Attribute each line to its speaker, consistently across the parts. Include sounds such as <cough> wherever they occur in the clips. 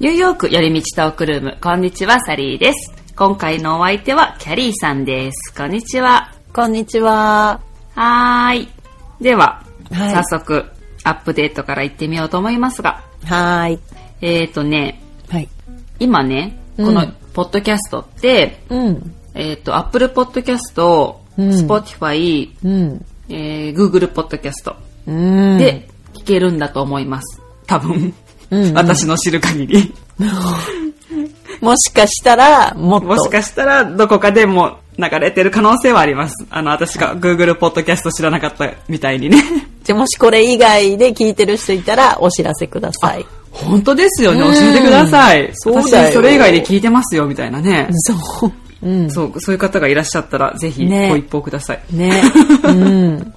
Speaker 1: ニューヨーク寄り道トークルーム、こんにちは、サリーです。今回のお相手は、キャリーさんです。こんにちは。
Speaker 2: こんにちは。
Speaker 1: はーい。では、
Speaker 2: はい
Speaker 1: 早速、アップデートから行ってみようと思いますが、
Speaker 2: はーい。
Speaker 1: えーとね、
Speaker 2: はい。
Speaker 1: 今ね、
Speaker 2: うん
Speaker 1: このポッドキャストって、
Speaker 2: うん。
Speaker 1: えっ、と、Apple Podcast、
Speaker 2: うん
Speaker 1: Spotify、
Speaker 2: うん。
Speaker 1: えー Google Podcast
Speaker 2: うん。
Speaker 1: で聞けるんだと思います。多分。
Speaker 2: うんうん
Speaker 1: 私の知る限り。
Speaker 2: もしかしたら、もっと。
Speaker 1: もしかしたら、どこかでも流れてる可能性はあります。あの、私が Google Podcast 知らなかったみたいにね。
Speaker 2: じゃあもしこれ以外で聞いてる人いたら、お知らせください。
Speaker 1: 本当ですよね。
Speaker 2: うん
Speaker 1: 教えてください。
Speaker 2: そうだよ
Speaker 1: 私それ以外で聞いてますよ、みたいなね。
Speaker 2: そう。うん。
Speaker 1: そう、そういう方がいらっしゃったら、ぜひ、
Speaker 2: ね
Speaker 1: ご一報ください。
Speaker 2: <laughs> ね。うん。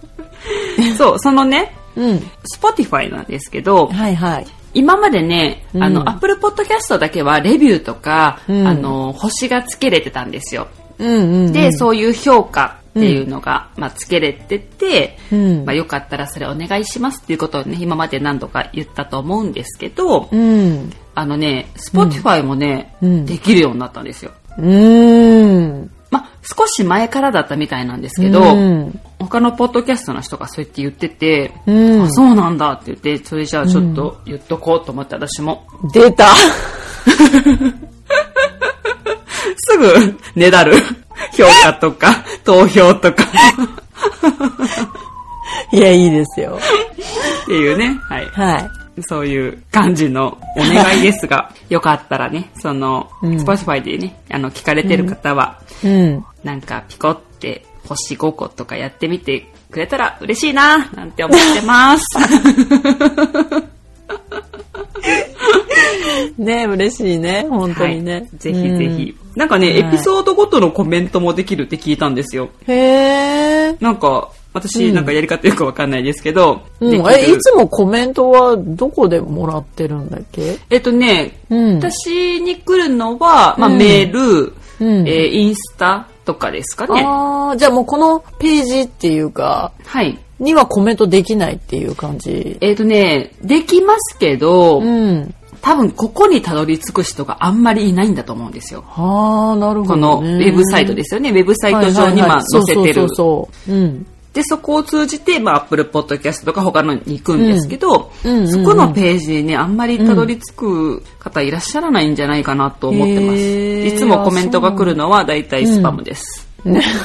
Speaker 1: そう、そのね、
Speaker 2: うん。
Speaker 1: Spotify なんですけど、
Speaker 2: はいはい。
Speaker 1: 今までね、
Speaker 2: うん
Speaker 1: あの、Apple Podcast だけはレビューとか、
Speaker 2: うん
Speaker 1: あの、星がつけれてたんですよ。
Speaker 2: うんうん、うん。
Speaker 1: で、そういう評価っていうのが、まあ、つけれてて、
Speaker 2: うん
Speaker 1: まあ、よかったらそれお願いしますっていうことをね、今まで何度か言ったと思うんですけど、
Speaker 2: うん。
Speaker 1: あのね、Spotify もね、
Speaker 2: うん
Speaker 1: できるようになったんですよ。
Speaker 2: うん。
Speaker 1: まあ、少し前からだったみたいなんですけど、
Speaker 2: うん。
Speaker 1: 他のポッドキャストの人がそうやって言ってて、
Speaker 2: うん
Speaker 1: あそうなんだって言って、それじゃあちょっと言っとこうと思って私も
Speaker 2: 出 <laughs> た。
Speaker 1: すぐ、ねだる。評価とか、投票とか、
Speaker 2: いや、いいですよ。
Speaker 1: っていうね。はい。
Speaker 2: はい。
Speaker 1: そういう感じのお願いですが、よかったらね、その、
Speaker 2: <laughs> うん
Speaker 1: Spotify でね、あの、聞かれてる方は、
Speaker 2: うん。
Speaker 1: なんか、ピコって、星5個とかやってみてくれたら嬉しいな、なんて思って
Speaker 2: <laughs>
Speaker 1: ます。
Speaker 2: ね嬉しいね。本当にね。
Speaker 1: はいぜひぜひ。なんかね、
Speaker 2: はい
Speaker 1: エピソードごとのコメントもできるって聞いたんですよ。
Speaker 2: うん。へー。
Speaker 1: なんか、私、なんかやり方よくわかんないですけど、
Speaker 2: う
Speaker 1: でき
Speaker 2: ん、
Speaker 1: る
Speaker 2: え、いつもコメントはどこでもらってるんだっけ
Speaker 1: えっとね、
Speaker 2: うん。
Speaker 1: 私に来るのは、まあ、
Speaker 2: うん
Speaker 1: メール、
Speaker 2: うん
Speaker 1: えーインスタとかですかね。
Speaker 2: ああ、じゃあもうこのページっていうか、
Speaker 1: はい。
Speaker 2: にはコメントできないっていう感じ。
Speaker 1: えっ、とね、できますけど、
Speaker 2: うん。
Speaker 1: 多分ここにたどり着く人があんまりいないんだと思うんですよ。
Speaker 2: ああ、なるほど、
Speaker 1: こ
Speaker 2: ね。
Speaker 1: のウェブサイトですよね。ウェブサイト上に
Speaker 2: はいはい
Speaker 1: ま
Speaker 2: は
Speaker 1: あ
Speaker 2: い
Speaker 1: 載せて
Speaker 2: そ
Speaker 1: る
Speaker 2: う。そうそうそう。うん。
Speaker 1: <laughs> で、そこを通じて、まあ、Apple Podcast とか他のに行くんですけど、
Speaker 2: うんうんうんうん
Speaker 1: そこのページにね、あんまりたどり着く方いらっしゃらないんじゃないかなと思ってます。
Speaker 2: へー
Speaker 1: いつもコメントが来るのは大体スパムです。
Speaker 2: ね
Speaker 1: <laughs>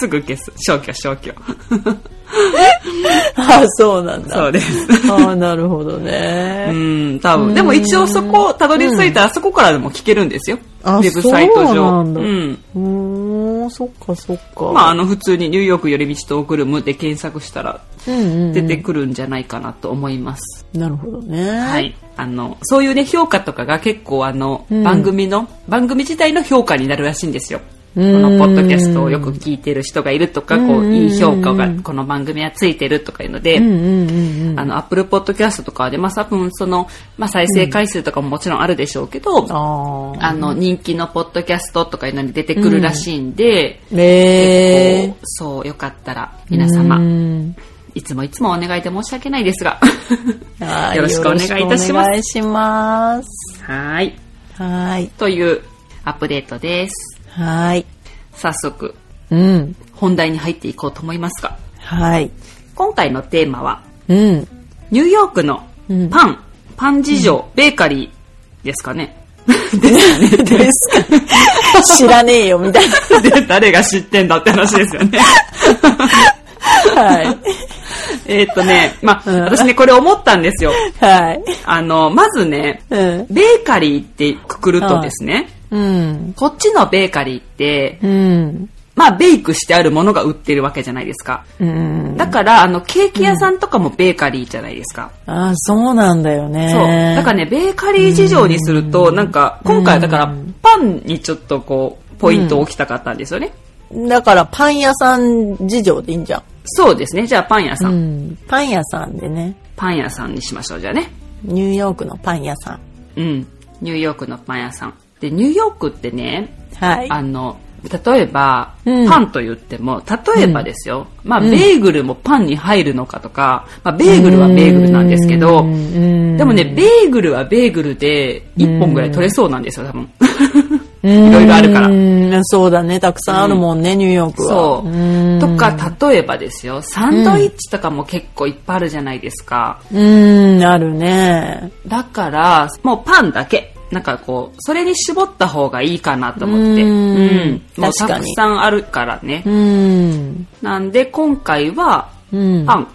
Speaker 1: すぐ消す。消去、消去。
Speaker 2: ああ、そうなん
Speaker 1: <laughs>
Speaker 2: だ。
Speaker 1: そうです。
Speaker 2: ああ、なるほど
Speaker 1: う
Speaker 2: ね。
Speaker 1: ん、多分。でも一応そこ、たどり着いたらそこからでも聞けるんですよ。ウ
Speaker 2: あ
Speaker 1: ェブサイト
Speaker 2: そう
Speaker 1: 上。
Speaker 2: なんだ
Speaker 1: ん。
Speaker 2: うーん、そっかそっか。
Speaker 1: まあ、あの、普通にニューヨーク寄り道トークルームで検索したら
Speaker 2: うんうん、
Speaker 1: 出てくるんじゃないかなと思います。
Speaker 2: なるほどね。
Speaker 1: は。い。あの、そういうね、評価とかが結構あの、
Speaker 2: うん
Speaker 1: 番組の、番組自体の評価になるらしいんですよ。こ
Speaker 2: うん
Speaker 1: のポッドキャストをよく聞いてる人がいるとか、こ
Speaker 2: う
Speaker 1: う、
Speaker 2: ん
Speaker 1: いい評価が、この番組はついてるとかいうので、
Speaker 2: うんうんうんうん。
Speaker 1: あの、アップルポッドキャストとかはね、まあ、多分その、まあ、再生回数とかももちろんあるでしょうけど、
Speaker 2: ああ。
Speaker 1: あの、人気のポッドキャストとかいうのに出てくるらしいんで、
Speaker 2: ね
Speaker 1: 結
Speaker 2: え
Speaker 1: 構そう、よかったら、皆様、
Speaker 2: うん
Speaker 1: いつもいつもお願いで申し訳ないですが、
Speaker 2: はい
Speaker 1: よろしくお願いいたします
Speaker 2: よろくお願いします。
Speaker 1: はい。
Speaker 2: はい。
Speaker 1: というアップデートです。
Speaker 2: はい。
Speaker 1: 早速、
Speaker 2: うん。
Speaker 1: 本題に入っていこうと思いますが、
Speaker 2: はい。
Speaker 1: 今回のテーマは、
Speaker 2: うん。
Speaker 1: ニューヨークの
Speaker 2: うん
Speaker 1: パン、パン事情、ベーカリーですかね。 <laughs>
Speaker 2: ですか知らねえよ、みたい
Speaker 1: で、誰が知ってんだって話ですよ
Speaker 2: <laughs>
Speaker 1: ね。
Speaker 2: な。はい。
Speaker 1: えーっとね、まあ、
Speaker 2: うん
Speaker 1: 私ね、これ思ったんですよ。
Speaker 2: はい。
Speaker 1: あの、まずね、
Speaker 2: うん。
Speaker 1: ベーカリーってくくるとですね、
Speaker 2: うん。
Speaker 1: こっちのベーカリーって、
Speaker 2: うん。
Speaker 1: まあ、ベイクしてあるものが売ってるわけじゃないですか。
Speaker 2: うん。
Speaker 1: だから、あの、ケーキ屋さんとかもベーカリーじゃないですか。
Speaker 2: ああ、そうなんだよね。
Speaker 1: そう。だからね、ベーカリー事情にすると、なんか、今回はだから、パンにちょっとこう、ポイントを置きたかったんですよね。
Speaker 2: だから、パン屋さん事情でいいんじゃん。
Speaker 1: そうですね。じゃあ、パン屋さ。
Speaker 2: うんん。パン屋さんでね。
Speaker 1: パン屋さんにしましょう、じゃあね。
Speaker 2: ニューヨークのパン屋さん。
Speaker 1: うん。ニューヨークのパン屋さん。で、ニューヨークってね、
Speaker 2: はい。
Speaker 1: あの、例えば、
Speaker 2: うん
Speaker 1: パンと言っても、例えばですよ、まあ、ベーグルもパンに入るのかとか、まあ、ベーグルはベーグルなんですけど、でもね、ベーグルはベーグルで1本ぐらい取れそうなんですよ、多分。い
Speaker 2: い
Speaker 1: ろいろあるから。
Speaker 2: そうだね。たくさんあるもんね、ニューヨークは。
Speaker 1: そう
Speaker 2: ーん。
Speaker 1: とか、例えばですよ、サンドイッチとかも結構いっぱいあるじゃないですか。
Speaker 2: うーん、あるね。
Speaker 1: だから、もうパンだけ。なんかこう、それに絞った方がいいかなと思って。
Speaker 2: う
Speaker 1: うんん。もう
Speaker 2: 確
Speaker 1: た
Speaker 2: か
Speaker 1: く
Speaker 2: に
Speaker 1: さんあるからね
Speaker 2: う。ーん。
Speaker 1: なんで、今回は、
Speaker 2: うん。
Speaker 1: パン、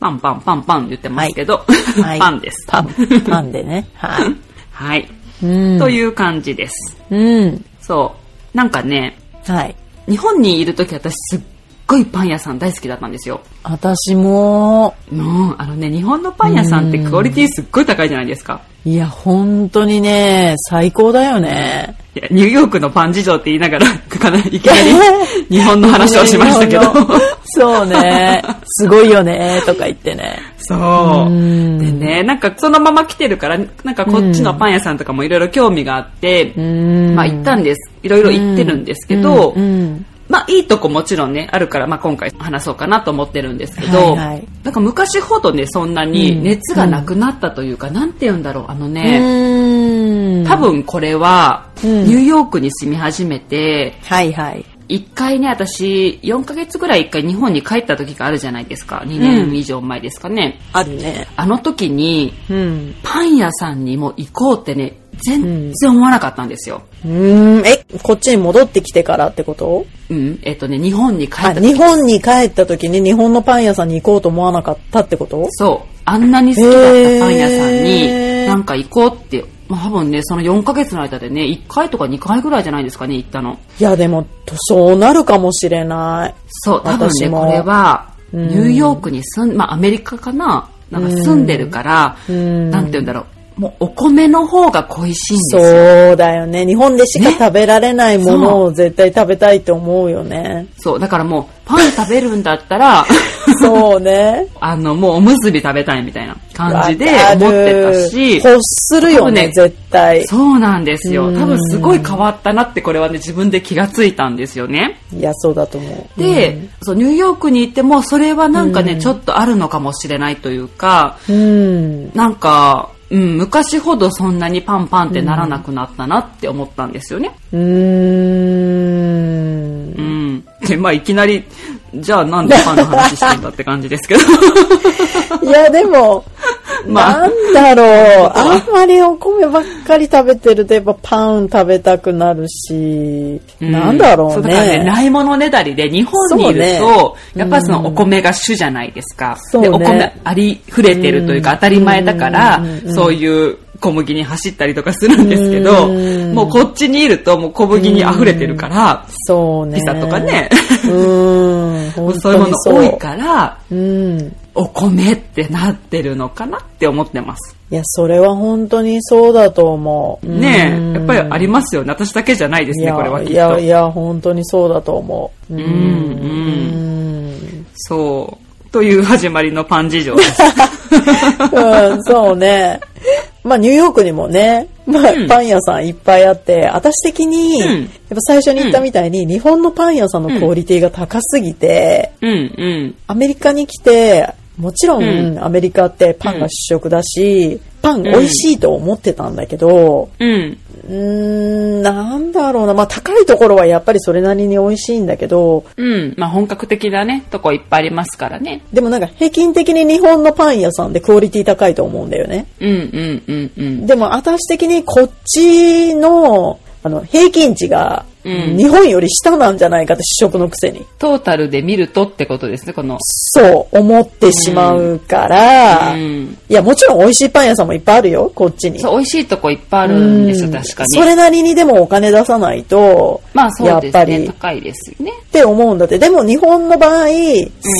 Speaker 1: パンパンパンパン言ってますけど、 <laughs>
Speaker 2: はい
Speaker 1: パンです。
Speaker 2: パン。
Speaker 1: <laughs>
Speaker 2: パンでね。はい。
Speaker 1: はい。
Speaker 2: うん。
Speaker 1: という感じです。
Speaker 2: うん。
Speaker 1: そう。なんかね、
Speaker 2: はい。
Speaker 1: 日本にいるとき私すっごいパン屋さん大好きだったんですよ。
Speaker 2: 私も、
Speaker 1: うん、あのね、日本のパン屋さんってクオリティすっごい高いじゃないですか。
Speaker 2: いや、本当にね、最高だよね。
Speaker 1: いや、ニューヨークのパン事情って言いながら、 <laughs> かないきな
Speaker 2: <laughs>
Speaker 1: り日本の話をしましたけど
Speaker 2: 日。本のそうね。すごいよね、とか言ってね。
Speaker 1: そう。
Speaker 2: うん
Speaker 1: でね、なんかそのまま来てるから、なんかこっちのパン屋さんとかもいろいろ興味があって、
Speaker 2: ん
Speaker 1: まあ行ったんです。いろいろ行ってるんですけど、
Speaker 2: うんうん
Speaker 1: まあいいとこもちろんね、あるから、まあ今回話そうかなと思ってるんですけど、
Speaker 2: はいはい
Speaker 1: なんか昔ほどね、そんなに熱がなくなったというか、なんて言うんだろう、あの
Speaker 2: う
Speaker 1: ね、
Speaker 2: ーん
Speaker 1: 多。分これは、
Speaker 2: うん
Speaker 1: ニューヨークに住み始めて、
Speaker 2: はいはい。
Speaker 1: 一回ね、私、4ヶ月ぐらい一回日本に帰った時があるじゃないですか。2年以上前ですかね。
Speaker 2: あるね。
Speaker 1: あの時に、
Speaker 2: うん。
Speaker 1: パン屋さんにも行こうってね、全然思わなかったんですよ。
Speaker 2: うーん。え、こっちに戻ってきてからってこと
Speaker 1: うん。えっとね、日本に帰った
Speaker 2: あ、日本に帰った時に日本のパン屋さんに行こうと思わなかったってこと
Speaker 1: そう。あんなに好きだったパン屋さん
Speaker 2: へ
Speaker 1: に、
Speaker 2: ー
Speaker 1: なんか行こうって、まあ多分ね、その4ヶ月の間でね、1回とか2回ぐらいじゃないですかね、行ったの。
Speaker 2: いや、でも、とそうなるかもしれない。
Speaker 1: そう、多分
Speaker 2: 私
Speaker 1: ね、
Speaker 2: も
Speaker 1: これは、
Speaker 2: うん
Speaker 1: ニューヨークに住ん、まあアメリカかな、なんか住んでるから、
Speaker 2: うん
Speaker 1: なんて言うんだろう、もうお米の方が恋しいんです
Speaker 2: そ
Speaker 1: よ。
Speaker 2: うだよね。日本でしか食べられないもの
Speaker 1: そ
Speaker 2: を絶対食べたいと思うよね。
Speaker 1: そう、だからもう、パン食べるんだった
Speaker 2: <laughs>
Speaker 1: ら、
Speaker 2: そうね。
Speaker 1: あの、もうおむすび食べたいみたいな感じで
Speaker 2: わかる
Speaker 1: 思ってたし、
Speaker 2: 欲するよね、
Speaker 1: 多分ね
Speaker 2: 絶対。
Speaker 1: そうなんですよ。
Speaker 2: うん
Speaker 1: 多分すごい変わったなってこれはね、自分で気がついたんですよね。
Speaker 2: いや、そうだと思う。
Speaker 1: で、そう、ニューヨークに行っても、それはなんかね、ちょっとあるのかもしれないというか、
Speaker 2: うん。
Speaker 1: なんか、うん、昔ほどそんなにパンパンってならなくなったなって思ったんですよね。
Speaker 2: うーん。
Speaker 1: うん。で、まあいきなり、じゃあなんでパンの話してんだって感じですけど。
Speaker 2: いや、でも、
Speaker 1: まあ
Speaker 2: なんだろう。あんまりお米ばっかり食べてると、やっぱパン食べたくなるし、
Speaker 1: うん
Speaker 2: なんだろ
Speaker 1: そうだからね、
Speaker 2: ね。
Speaker 1: ないものねだりで、日本にいる
Speaker 2: そ
Speaker 1: と、やっぱりそのお米が主じゃないですか。
Speaker 2: そうね
Speaker 1: で、お米ありふれてるというか当たり前だから、
Speaker 2: うん
Speaker 1: そういう小麦に走ったりとかするんですけど、
Speaker 2: うん
Speaker 1: もうこっちにいるともう小麦に溢れてるから、
Speaker 2: そうね。
Speaker 1: ピザとかね、
Speaker 2: うーん。
Speaker 1: もう <laughs>
Speaker 2: 本
Speaker 1: そういう
Speaker 2: 当
Speaker 1: も
Speaker 2: に
Speaker 1: の
Speaker 2: そう。
Speaker 1: 多いから、
Speaker 2: うん。い
Speaker 1: お米ってなってるのかなって思ってます。
Speaker 2: や、それは本当にそうだと思う。
Speaker 1: ね
Speaker 2: うん
Speaker 1: え、やっぱりありますよね。私だけじゃないです
Speaker 2: い
Speaker 1: ね、
Speaker 2: や
Speaker 1: これはきっと。
Speaker 2: いや、いや、本当にそうだと思う。う。
Speaker 1: うん、うんん。
Speaker 2: うん。
Speaker 1: そう。という始まりのパン事情
Speaker 2: <laughs>
Speaker 1: です。
Speaker 2: うん、そうね。まあ、ニューヨークにもね、まあ
Speaker 1: うん、
Speaker 2: パン屋さんいっぱいあって、私的に、
Speaker 1: うん
Speaker 2: やっぱ最初に言ったみたいに、日本のパン屋さんのクオリティが高すぎて、
Speaker 1: うんうん。
Speaker 2: アメリカに来て、もちろん、
Speaker 1: う
Speaker 2: アメリカってパンが主食だし、パン美味しいと思ってたんだけど、
Speaker 1: うん。
Speaker 2: うーん、なんだろうな。まあ、高いところはやっぱりそれなりに美味しいんだけど、
Speaker 1: うん。まあ本格的なね、とこいっぱいありますからね。
Speaker 2: でもなんか平均的に日本のパン屋さんでクオリティ高いと思うんだよね。
Speaker 1: うんうんうんうん。
Speaker 2: でも私的にこっちの、あの、平均値が、
Speaker 1: うん
Speaker 2: 日本より下なんじゃないかって主食のくせに。
Speaker 1: トータルで見るとってことですね、この。
Speaker 2: そう、思ってしまうから、
Speaker 1: うん。
Speaker 2: いや、もちろん美味しいパン屋さんもいっぱいあるよ、こっちに。
Speaker 1: そう、美味しいとこいっぱいあるんですよ、
Speaker 2: うん
Speaker 1: 確か
Speaker 2: そ
Speaker 1: に。
Speaker 2: れなりにでもお金出さないと、
Speaker 1: まあそう
Speaker 2: やっ
Speaker 1: です
Speaker 2: ぱ
Speaker 1: ね、
Speaker 2: りっ
Speaker 1: 高いですよね。
Speaker 2: て思うんだって。でも日本の場合、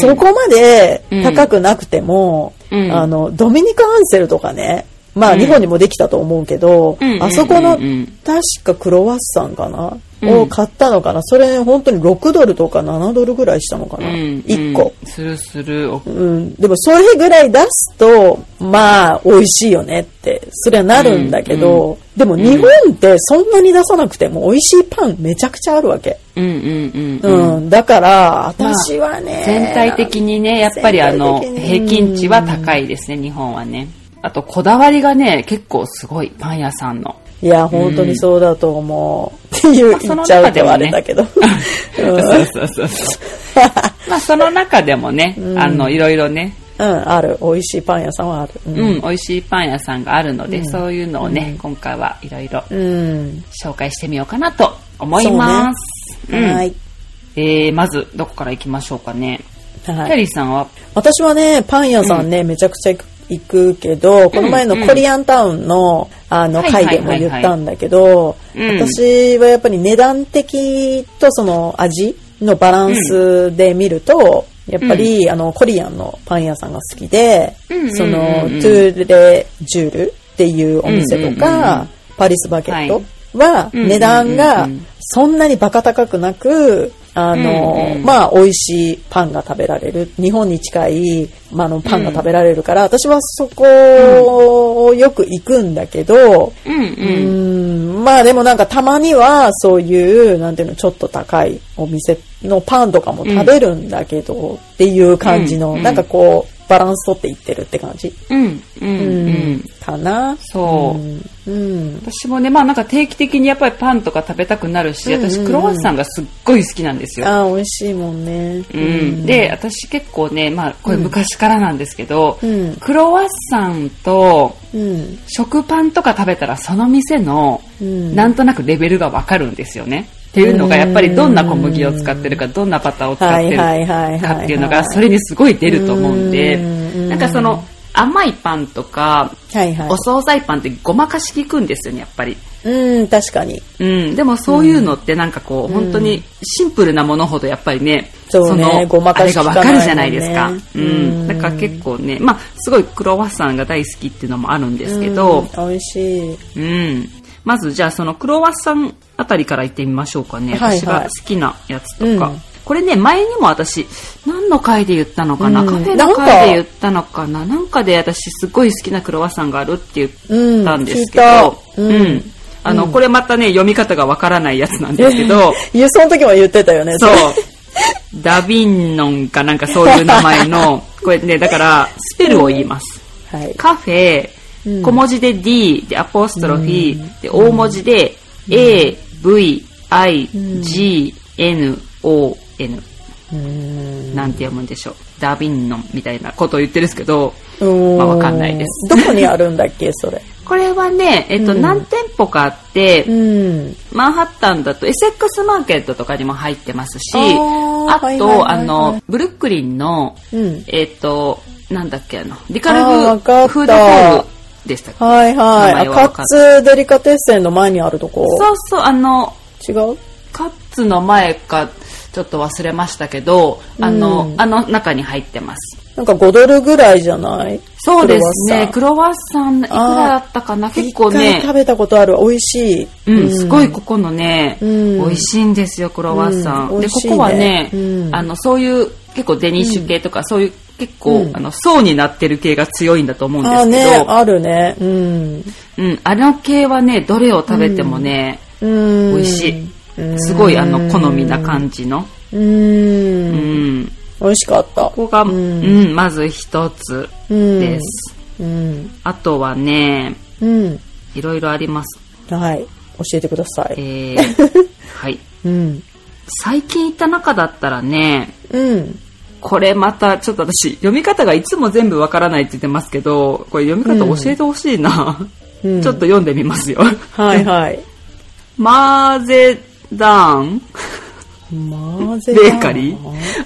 Speaker 2: そこまで高くなくても、
Speaker 1: うん
Speaker 2: あの、ドミニカ・アンセルとかね、まあ
Speaker 1: うん
Speaker 2: 日本にもできたと思うけど、
Speaker 1: うんうんうんうん
Speaker 2: あそこの、確かクロワッサンかなを買ったのかな、それ本当に6ドルとか7ドルぐらいしたのかな、1個、
Speaker 1: うんするする。お
Speaker 2: うん、でもそれぐらい出すとまあ美味しいよねってそれはなるんだけど、でも日本ってそんなに出さなくても美味しいパンめちゃくちゃあるわけ、
Speaker 1: うんうんう
Speaker 2: うん
Speaker 1: うん。
Speaker 2: んだから私はね、
Speaker 1: 全体的にね、やっぱりあの、
Speaker 2: 全体的に
Speaker 1: 平均値は高いですね、日本はね。あと、こだわりがね、結構すごい、パン屋さんの。
Speaker 2: いや本当にそうだと思う、っていう
Speaker 1: そ
Speaker 2: 言
Speaker 1: の
Speaker 2: っちゃ
Speaker 1: 中
Speaker 2: う
Speaker 1: で
Speaker 2: と
Speaker 1: も
Speaker 2: あ
Speaker 1: ね
Speaker 2: れだけど、
Speaker 1: <laughs> そうそうそうそう。まあ、その中でもね、あの、いろいろね、
Speaker 2: うん、 <laughs> ある美味しいパン屋さんはあるうん
Speaker 1: うん、美味しいパン屋さんがあるので、そういうのをね、今回はいろいろ
Speaker 2: うん
Speaker 1: 紹介してみようかなと思います。うん
Speaker 2: はい、
Speaker 1: えー、まず、どこから行きましょうかね。
Speaker 2: はい
Speaker 1: キャリーさんは、
Speaker 2: 私はね、パン屋さんね、めちゃくちゃ行く行くけど、この前のコリアンタウンの、あの、
Speaker 1: はいはい
Speaker 2: 会
Speaker 1: はい
Speaker 2: で
Speaker 1: はい
Speaker 2: も言ったんだけど、
Speaker 1: うん
Speaker 2: 私はやっぱり値段的とその味のバランスで見ると、やっぱり、あの、コリアンのパン屋さんが好きで、
Speaker 1: うん
Speaker 2: その、
Speaker 1: うんうんうん
Speaker 2: トゥーレジュールっていうお店と
Speaker 1: うんうんうん
Speaker 2: か、
Speaker 1: うん
Speaker 2: パリスバケットは、
Speaker 1: うんうんうんうん
Speaker 2: 値段がそんなにバカ高くなく、あの、
Speaker 1: うんうん
Speaker 2: まあ、美味しいパンが食べられる。日本に近い、まあ、あの、パンが食べられるから、私はそこをよく行くんだけど、
Speaker 1: うんう。
Speaker 2: うんん、まあ、でもなんかたまには、そういう、なんていうの、ちょっと高いお店のパンとかも食べるんだけど、っていう感じの、
Speaker 1: うん
Speaker 2: なんかこう、バランス取っていってるって感じ、
Speaker 1: うんうんうん。
Speaker 2: かな。
Speaker 1: そう。
Speaker 2: うん。うん
Speaker 1: 私もね、まあなんか定期的にやっぱりパンとか食べたくなるし、
Speaker 2: うんうんうん
Speaker 1: 私クロワッサンがすっごい好きなんですよ。
Speaker 2: ああ、美味しいもんね。
Speaker 1: うん、で、私結構ね、まあこれ昔からなんですけど、
Speaker 2: うん。
Speaker 1: クロワッサンと
Speaker 2: うん。
Speaker 1: 食パンとか食べたらその店の
Speaker 2: うん
Speaker 1: なんとなくレベルがわかるんですよね。っていうのがやっぱりどんな小麦を使ってるか、どんなバターを使っ
Speaker 2: は
Speaker 1: て
Speaker 2: い
Speaker 1: る
Speaker 2: はいはいはいは
Speaker 1: か
Speaker 2: い。
Speaker 1: っていうのがそれにすごい出ると思うんで、
Speaker 2: うん
Speaker 1: なんかその甘いパンとか、
Speaker 2: はいはい
Speaker 1: お。惣菜パンってごまかしきくんですよね、やっぱり。
Speaker 2: うん、確かに。
Speaker 1: うん、でもそういうのってなんかこう、本当にシンプルなものほどやっぱりね、
Speaker 2: そうね
Speaker 1: の
Speaker 2: ごまかし
Speaker 1: あれがわかるじゃないですか。
Speaker 2: 効か
Speaker 1: う
Speaker 2: ないもんね
Speaker 1: ん。だから結構ね、まあすごいクロワッサンが大好きっていうのもあるんですけど、
Speaker 2: うん美味しい。
Speaker 1: うん。まずじゃあそのクロワッサンあたりから行ってみましょうかね。
Speaker 2: はいはい
Speaker 1: 私が好きなやつとか。
Speaker 2: うん
Speaker 1: これね、前にも私、何の回で言ったのかな、
Speaker 2: うん
Speaker 1: カフェ
Speaker 2: な
Speaker 1: の
Speaker 2: んか
Speaker 1: 回で言ったのかななんかで私すごい好きなクロワッサンがあるって言ったんですけど、
Speaker 2: うん
Speaker 1: う
Speaker 2: 聞いたうん
Speaker 1: んあの、これまたね、読み方がわからないやつなんですけ
Speaker 2: <laughs>
Speaker 1: ど、
Speaker 2: 輸送の時も言ってたよね。
Speaker 1: そう。ダビンノンかなんかそういう名前
Speaker 2: <laughs>
Speaker 1: の、これね、だから、スペルを言います。
Speaker 2: はい。
Speaker 1: カフェ、
Speaker 2: うん
Speaker 1: 小文字で D でアポストロフィー、で大文字で A、V、I、G、N、O、N
Speaker 2: うん。
Speaker 1: なんて読むんでしょう。ダビンノンみたいなことを言ってるんですけど、ま
Speaker 2: ま
Speaker 1: あわかんないです
Speaker 2: どこにあるんだっけ、そ
Speaker 1: <laughs>
Speaker 2: れ。
Speaker 1: これはね、えっと、
Speaker 2: うん
Speaker 1: 何店舗かあって、
Speaker 2: うん。
Speaker 1: マンハッタンだとエセックスマーケットとかにも入ってますし、
Speaker 2: あー
Speaker 1: あ
Speaker 2: はいはいはい
Speaker 1: と、
Speaker 2: はい
Speaker 1: あの、ブルックリンの、
Speaker 2: うん。
Speaker 1: えっと、なんだっけ、あの、リカル
Speaker 2: あーわ
Speaker 1: フ
Speaker 2: かった
Speaker 1: フードホールでしたっけ
Speaker 2: はいはい。
Speaker 1: 名前
Speaker 2: あ、
Speaker 1: はわか
Speaker 2: カ
Speaker 1: ん
Speaker 2: ツデリカテッセンの前にあるとこ。
Speaker 1: そうそう、あの、
Speaker 2: 違う
Speaker 1: カッツの前か、ちょっと忘れましたけど、あの、あの中に入ってます。
Speaker 2: なんか5ドルぐらいじゃない
Speaker 1: そうですね。ク
Speaker 2: ク
Speaker 1: ロワッサン、いくらだったかな結構
Speaker 2: 一回
Speaker 1: ね
Speaker 2: 食、べたことある。美味しい。
Speaker 1: うん、すごいここのね、
Speaker 2: うん
Speaker 1: 美味しいんですよ、クロワッサン。
Speaker 2: うん美
Speaker 1: で、
Speaker 2: 味
Speaker 1: こ
Speaker 2: しいね
Speaker 1: こはね、
Speaker 2: うん
Speaker 1: あの、そういう、結構デニッシュ系とか、そういう結構、あの、層になってる系が強いんだと思うんで
Speaker 2: あ
Speaker 1: すけ
Speaker 2: ーね、
Speaker 1: ど、
Speaker 2: あるね。うん。
Speaker 1: うん、あの系はね、どれを食べてもね、
Speaker 2: うん。
Speaker 1: 美味しい。すごい、あの、好みな感じの。
Speaker 2: い。うん
Speaker 1: う。ん。
Speaker 2: 美味しかった。
Speaker 1: ここが、う、
Speaker 2: うんん。
Speaker 1: まず一つ
Speaker 2: うん
Speaker 1: です。
Speaker 2: うん。
Speaker 1: あとはね、
Speaker 2: うん。
Speaker 1: いろいろあります。
Speaker 2: はい。教えてください。
Speaker 1: えーはい。
Speaker 2: うん。
Speaker 1: 最近行った中だったらね、
Speaker 2: うん。
Speaker 1: これまた、ちょっと私、読み方がいつも全部わからないって言ってますけど、これ読み方教えてほしいな。
Speaker 2: う
Speaker 1: <laughs>
Speaker 2: ん
Speaker 1: ちょっと読んでみますよ。
Speaker 2: はいはい。
Speaker 1: マーゼダーン
Speaker 2: マゼ
Speaker 1: ベーカリー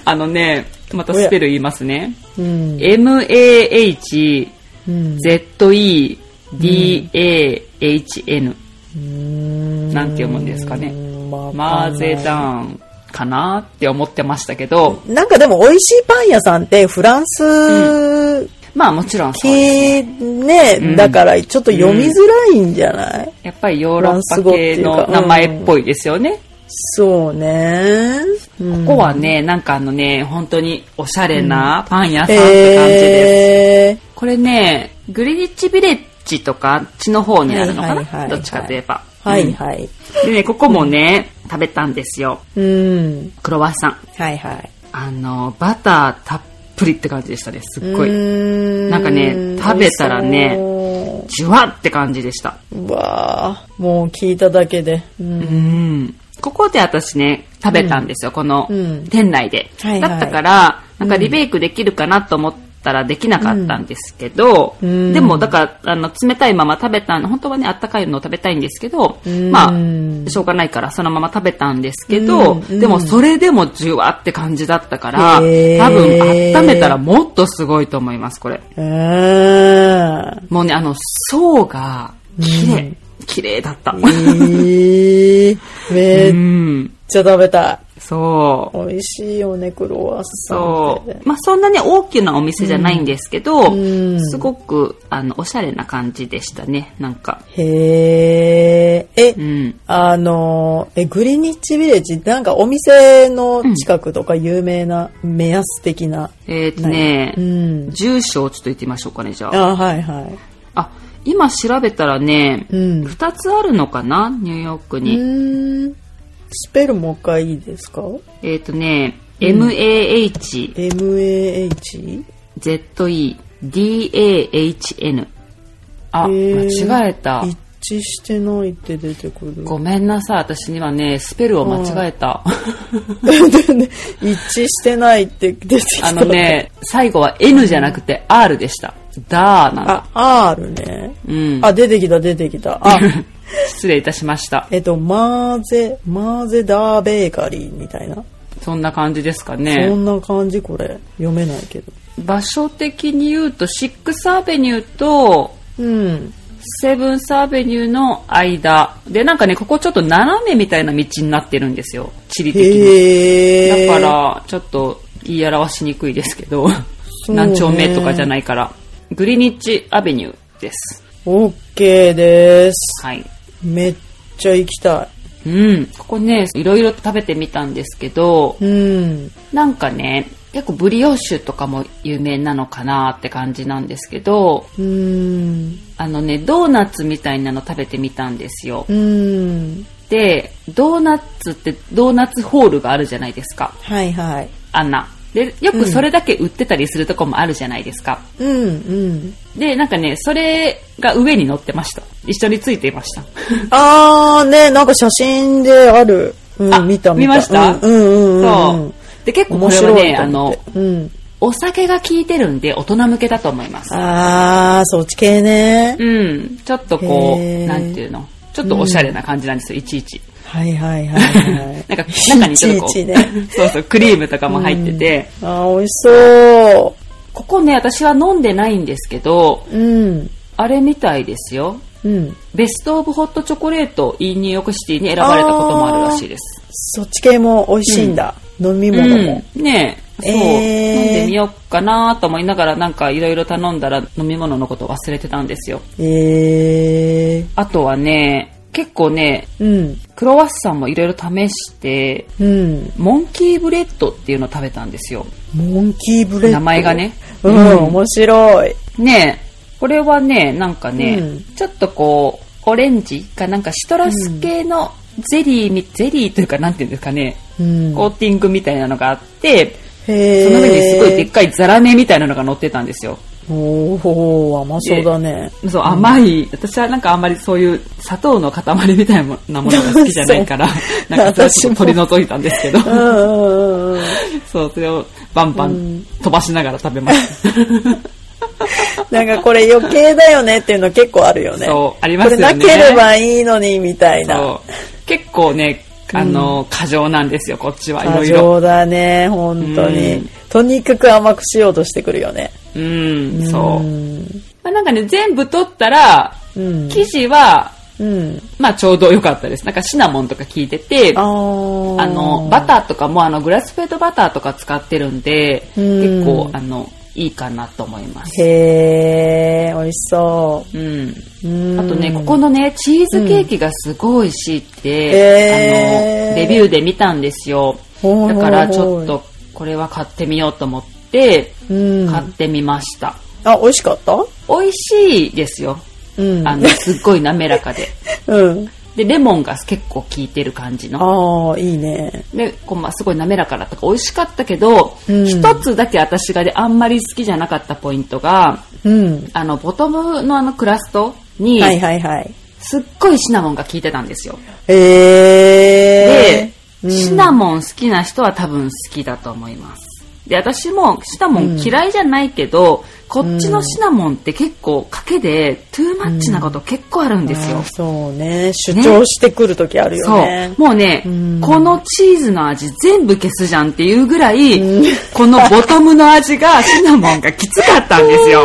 Speaker 1: あのね、またスペル言いますね。
Speaker 2: うん。
Speaker 1: MAH
Speaker 2: うん。
Speaker 1: ZEDAHN、
Speaker 2: うん
Speaker 1: なんて読むんですかね。
Speaker 2: まあ
Speaker 1: マーゼダーンかなって思ってましたけど、
Speaker 2: なんかでも美味しいパン屋さんってフランス
Speaker 1: まあもちろんそうです
Speaker 2: 系ね、だからちょっと読みづらいんじゃない
Speaker 1: やっぱりヨーロッパ系の名前っぽいですよね。
Speaker 2: そうね。うん
Speaker 1: ここはね、なんかあのね、本当におしゃれなパン屋さんって感じです。
Speaker 2: え
Speaker 1: これね、グリニッチビレッジとか、あっちの方になるのか
Speaker 2: はいはいはいは
Speaker 1: な。
Speaker 2: い
Speaker 1: どっちかといえば。
Speaker 2: ー、は
Speaker 1: う
Speaker 2: い
Speaker 1: ん
Speaker 2: はい。
Speaker 1: でね、ここもね、食べたんですよ。
Speaker 2: うん。
Speaker 1: クロワッサン。
Speaker 2: はいはい。
Speaker 1: あの、バターたっぷりって感じでしたね。すっごい。
Speaker 2: い
Speaker 1: なんかね食べたらねじゅわって感じでした。
Speaker 2: うわーもう聞いただけで。うん
Speaker 1: うん。ここで私ね、食べたんですよ。この
Speaker 2: うん、
Speaker 1: 店内で。
Speaker 2: はいはい
Speaker 1: だったから、なんかリベイクできるかなと思ったらできなかったんですけど、
Speaker 2: うん
Speaker 1: でもだから、あの、冷たいまま食べたん、本当はね、あったかいのを食べたいんですけど、
Speaker 2: うん
Speaker 1: まあ、しょうがないからそのまま食べたんですけど、
Speaker 2: うん
Speaker 1: でもそれでもじゅわって感じだったから、多
Speaker 2: へー
Speaker 1: 分温めたらもっとすごいと思います、これ。
Speaker 2: うー
Speaker 1: <laughs>
Speaker 2: ん。
Speaker 1: もうね、あの、層が、綺麗、綺麗だった。
Speaker 2: えー、め
Speaker 1: <laughs> う
Speaker 2: っ
Speaker 1: ん。
Speaker 2: ちゃ食べたい。
Speaker 1: そう。
Speaker 2: 美味しいよね、クロワッサン
Speaker 1: そ
Speaker 2: ってね。
Speaker 1: う。まあ、そんなに大きなお店じゃないんですけど、
Speaker 2: うん
Speaker 1: すごく、あの、おしゃれな感じでしたね。なんか。
Speaker 2: へー。え、
Speaker 1: うん。
Speaker 2: あの、え、グリニッチビレッジ、なんかお店の近くとか有名な目安的な。
Speaker 1: えっ、とね、
Speaker 2: うん。
Speaker 1: 住所をちょっと言ってみましょうかね、じゃあ。
Speaker 2: あ、はいはい。
Speaker 1: あ、今調べたらね、
Speaker 2: うん。う
Speaker 1: 二つあるのかなニューヨークに。
Speaker 2: ーん。スペルもう一回いいですか
Speaker 1: えっ、とね、MAHZE、
Speaker 2: ?MAH?
Speaker 1: DAHN。あ、
Speaker 2: へー
Speaker 1: 間違えた。
Speaker 2: 一致してないって出てくる。 <laughs>
Speaker 1: ごめんなさい。私にはね、スペルを間違えた。
Speaker 2: 一致してないって出てきた。
Speaker 1: あの。ね、最後は N じゃなくて R でした。ダーなんだ。
Speaker 2: あ、R ね。
Speaker 1: うん。
Speaker 2: あ、出てきた、出てきた。あ、
Speaker 1: <laughs> 失礼いたしました。
Speaker 2: えっと、マーゼ、マーゼダーベーカリーみたいな。
Speaker 1: そんな感じですか
Speaker 2: そ
Speaker 1: ね。
Speaker 2: んな感じ、これ。読めないけど。
Speaker 1: 場所的に言うと、シックスアベニューと、
Speaker 2: うん。
Speaker 1: セブンスアベニューの間。で、なんかね、ここちょっと斜めみたいな道になってるんですよ。地理的に。
Speaker 2: へえ。
Speaker 1: だか、ら、ちょっと言い表しにくいですけど、
Speaker 2: うね
Speaker 1: 何丁目とかじゃないから。グリニッチアベニューです。
Speaker 2: オッケーです。
Speaker 1: はい。
Speaker 2: めっちゃ行きた
Speaker 1: うん。ここね、いろいろ食べてみたんですけど、
Speaker 2: い。うん。
Speaker 1: なんかね、結構ブリオッシュとかも有名なのかなって感じなんですけど、
Speaker 2: うん。
Speaker 1: あのね、ドーナツみたいなの食べてみたんですよ。
Speaker 2: うん。
Speaker 1: で、ドーナツってドーナツホールがあるじゃないですか、
Speaker 2: はいはい。
Speaker 1: あんな。で、よくそれだけ売ってたりするとこもあるじゃないですか。
Speaker 2: うん、うん。
Speaker 1: で、なんかね、それが上に乗ってました。一緒についていました。
Speaker 2: <laughs> あーね、なんか写真である。うん、
Speaker 1: あ
Speaker 2: 見た
Speaker 1: 見ました
Speaker 2: うんうんうんうん、
Speaker 1: そう。で、結構これはね、あの、
Speaker 2: あの、うん。
Speaker 1: お酒が効いてるんで大人向けだと思います。
Speaker 2: あー、そっち系ね。
Speaker 1: うん、ちょっとこ
Speaker 2: へ
Speaker 1: う、
Speaker 2: ー
Speaker 1: なんていうの、ちょっとおしゃれな感じなんですよ、いちいち。
Speaker 2: はいはいはいはい。
Speaker 1: <laughs> なんか、中にちょっとこう、
Speaker 2: いちいちね
Speaker 1: <laughs> そうそう、クリームとかも入ってて、
Speaker 2: あー、美味しそ
Speaker 1: ここね、私は飲んでないんですけど、
Speaker 2: う。うん。
Speaker 1: あれみたいですよ。
Speaker 2: うん。
Speaker 1: ベストオブホットチョコレート、インニューヨークシティに選ばれたこともあるらしいです。
Speaker 2: そっち系も美味しいんだ。飲み
Speaker 1: う
Speaker 2: 物も。
Speaker 1: ん、ねえ、そう、
Speaker 2: えー
Speaker 1: 飲んでみようかなと思いながら、なんかいろいろ頼んだら飲み物のこと忘れてたんですよ。
Speaker 2: えー。
Speaker 1: あとはね、結構ね、
Speaker 2: うん。
Speaker 1: クロワッサンもいろいろ試して、
Speaker 2: うん。
Speaker 1: モンキーブレッドっていうのを食べたんですよ。
Speaker 2: モンキーブレッド。
Speaker 1: 名前が。ね。
Speaker 2: うん、面白い。
Speaker 1: ねえ、これはね、なんかね、
Speaker 2: うん
Speaker 1: ちょっとこう、オレンジかなんかシトラス系のゼリーみ、ゼリーというかなんていうんですかね、
Speaker 2: うん。
Speaker 1: コーティングみたいなのがあって、
Speaker 2: へ
Speaker 1: その上にすごいでっ
Speaker 2: で
Speaker 1: かいザラメみたいなのが乗ってたんですよ。
Speaker 2: おー、甘そうだね。
Speaker 1: そう、甘い、私はなんかあんまりそういう砂糖の塊みたいなものが好きじゃない
Speaker 2: <laughs>
Speaker 1: から、なんかそれを取り除いたんですけど、
Speaker 2: うんうんうんうん。
Speaker 1: そう、それをバンバン飛ばしながら食べました。
Speaker 2: なんかこれ余計だよねっていうの結構あるよね。
Speaker 1: そうありますよね
Speaker 2: これなければいいのにみたいな
Speaker 1: そ。う結構ね、あの、過剰なんですよ、こっちはいろ
Speaker 2: 過
Speaker 1: いろ。
Speaker 2: 剰だね、本当
Speaker 1: う
Speaker 2: に
Speaker 1: ん。
Speaker 2: とにかく甘くしようとしてくるよね。
Speaker 1: うん、そうう。
Speaker 2: ん。
Speaker 1: まあ、なんかね、全部取ったら、
Speaker 2: うん。
Speaker 1: 生地は、
Speaker 2: うん。
Speaker 1: まあちょうど良かったです。なんかシナモンとか効いてて、
Speaker 2: あ
Speaker 1: あ
Speaker 2: ー
Speaker 1: の、バターとかもあの、グラスフェードバターとか使ってるんで、
Speaker 2: うん
Speaker 1: 結構、あの、いいかなと思います。
Speaker 2: へえ、美味しそ
Speaker 1: うん。
Speaker 2: う。うん
Speaker 1: あとね、ここのね、チーズケーキがすごい美味しいって、
Speaker 2: へー
Speaker 1: あの、レビューで見たんですよ。
Speaker 2: ほいほいほい
Speaker 1: だからちょっと、これは買ってみようと思って、
Speaker 2: うん
Speaker 1: 買ってみました。
Speaker 2: あ、美味しかった
Speaker 1: 美味しいですよ。
Speaker 2: うん。
Speaker 1: あの、すっごい滑らかで。
Speaker 2: うん。
Speaker 1: で、レモンが結構効いてる感じの。
Speaker 2: ああ、いいね。
Speaker 1: で、こうまあ、すごい滑らかだったから美味しかったけど、
Speaker 2: うん
Speaker 1: 一、つだけ私がであんまり好きじゃなかったポイントが、
Speaker 2: うん。
Speaker 1: あの、ボトムのあのクラストに、
Speaker 2: はいはいはい。
Speaker 1: すっごいシナモンが効いてたんですよ。
Speaker 2: へ
Speaker 1: で
Speaker 2: え。、うん
Speaker 1: シナモン好きな人は多分好きだと思います。で、私もシナモン嫌いじゃないけど、こっちのシナモンって結構賭けで、トゥーマッチなこと結構あるんですよ
Speaker 2: あー。そうね。主張してくるときあるよね。
Speaker 1: そう。もうね、
Speaker 2: うん
Speaker 1: このチーズの味全部消すじゃんっていうぐらい、
Speaker 2: うん
Speaker 1: このボトムの味がシナモンがきつかったんです
Speaker 2: <laughs>
Speaker 1: よ。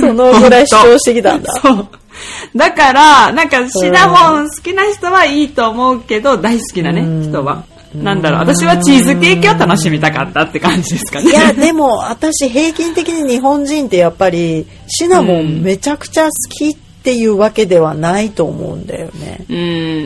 Speaker 2: そのぐらい主張してきた
Speaker 1: <laughs>
Speaker 2: んだ。
Speaker 1: そう。だから、なんかシナモン好きな人はいいと思うけど、大好きな
Speaker 2: うん
Speaker 1: ね、人は。なんだろう、私はチーズケーキを楽しみたかったって感じですかね。
Speaker 2: いや、でも私平均的に日本人ってやっぱりシナモンめちゃくちゃ好きっていうわけではないと思うんだよね。
Speaker 1: う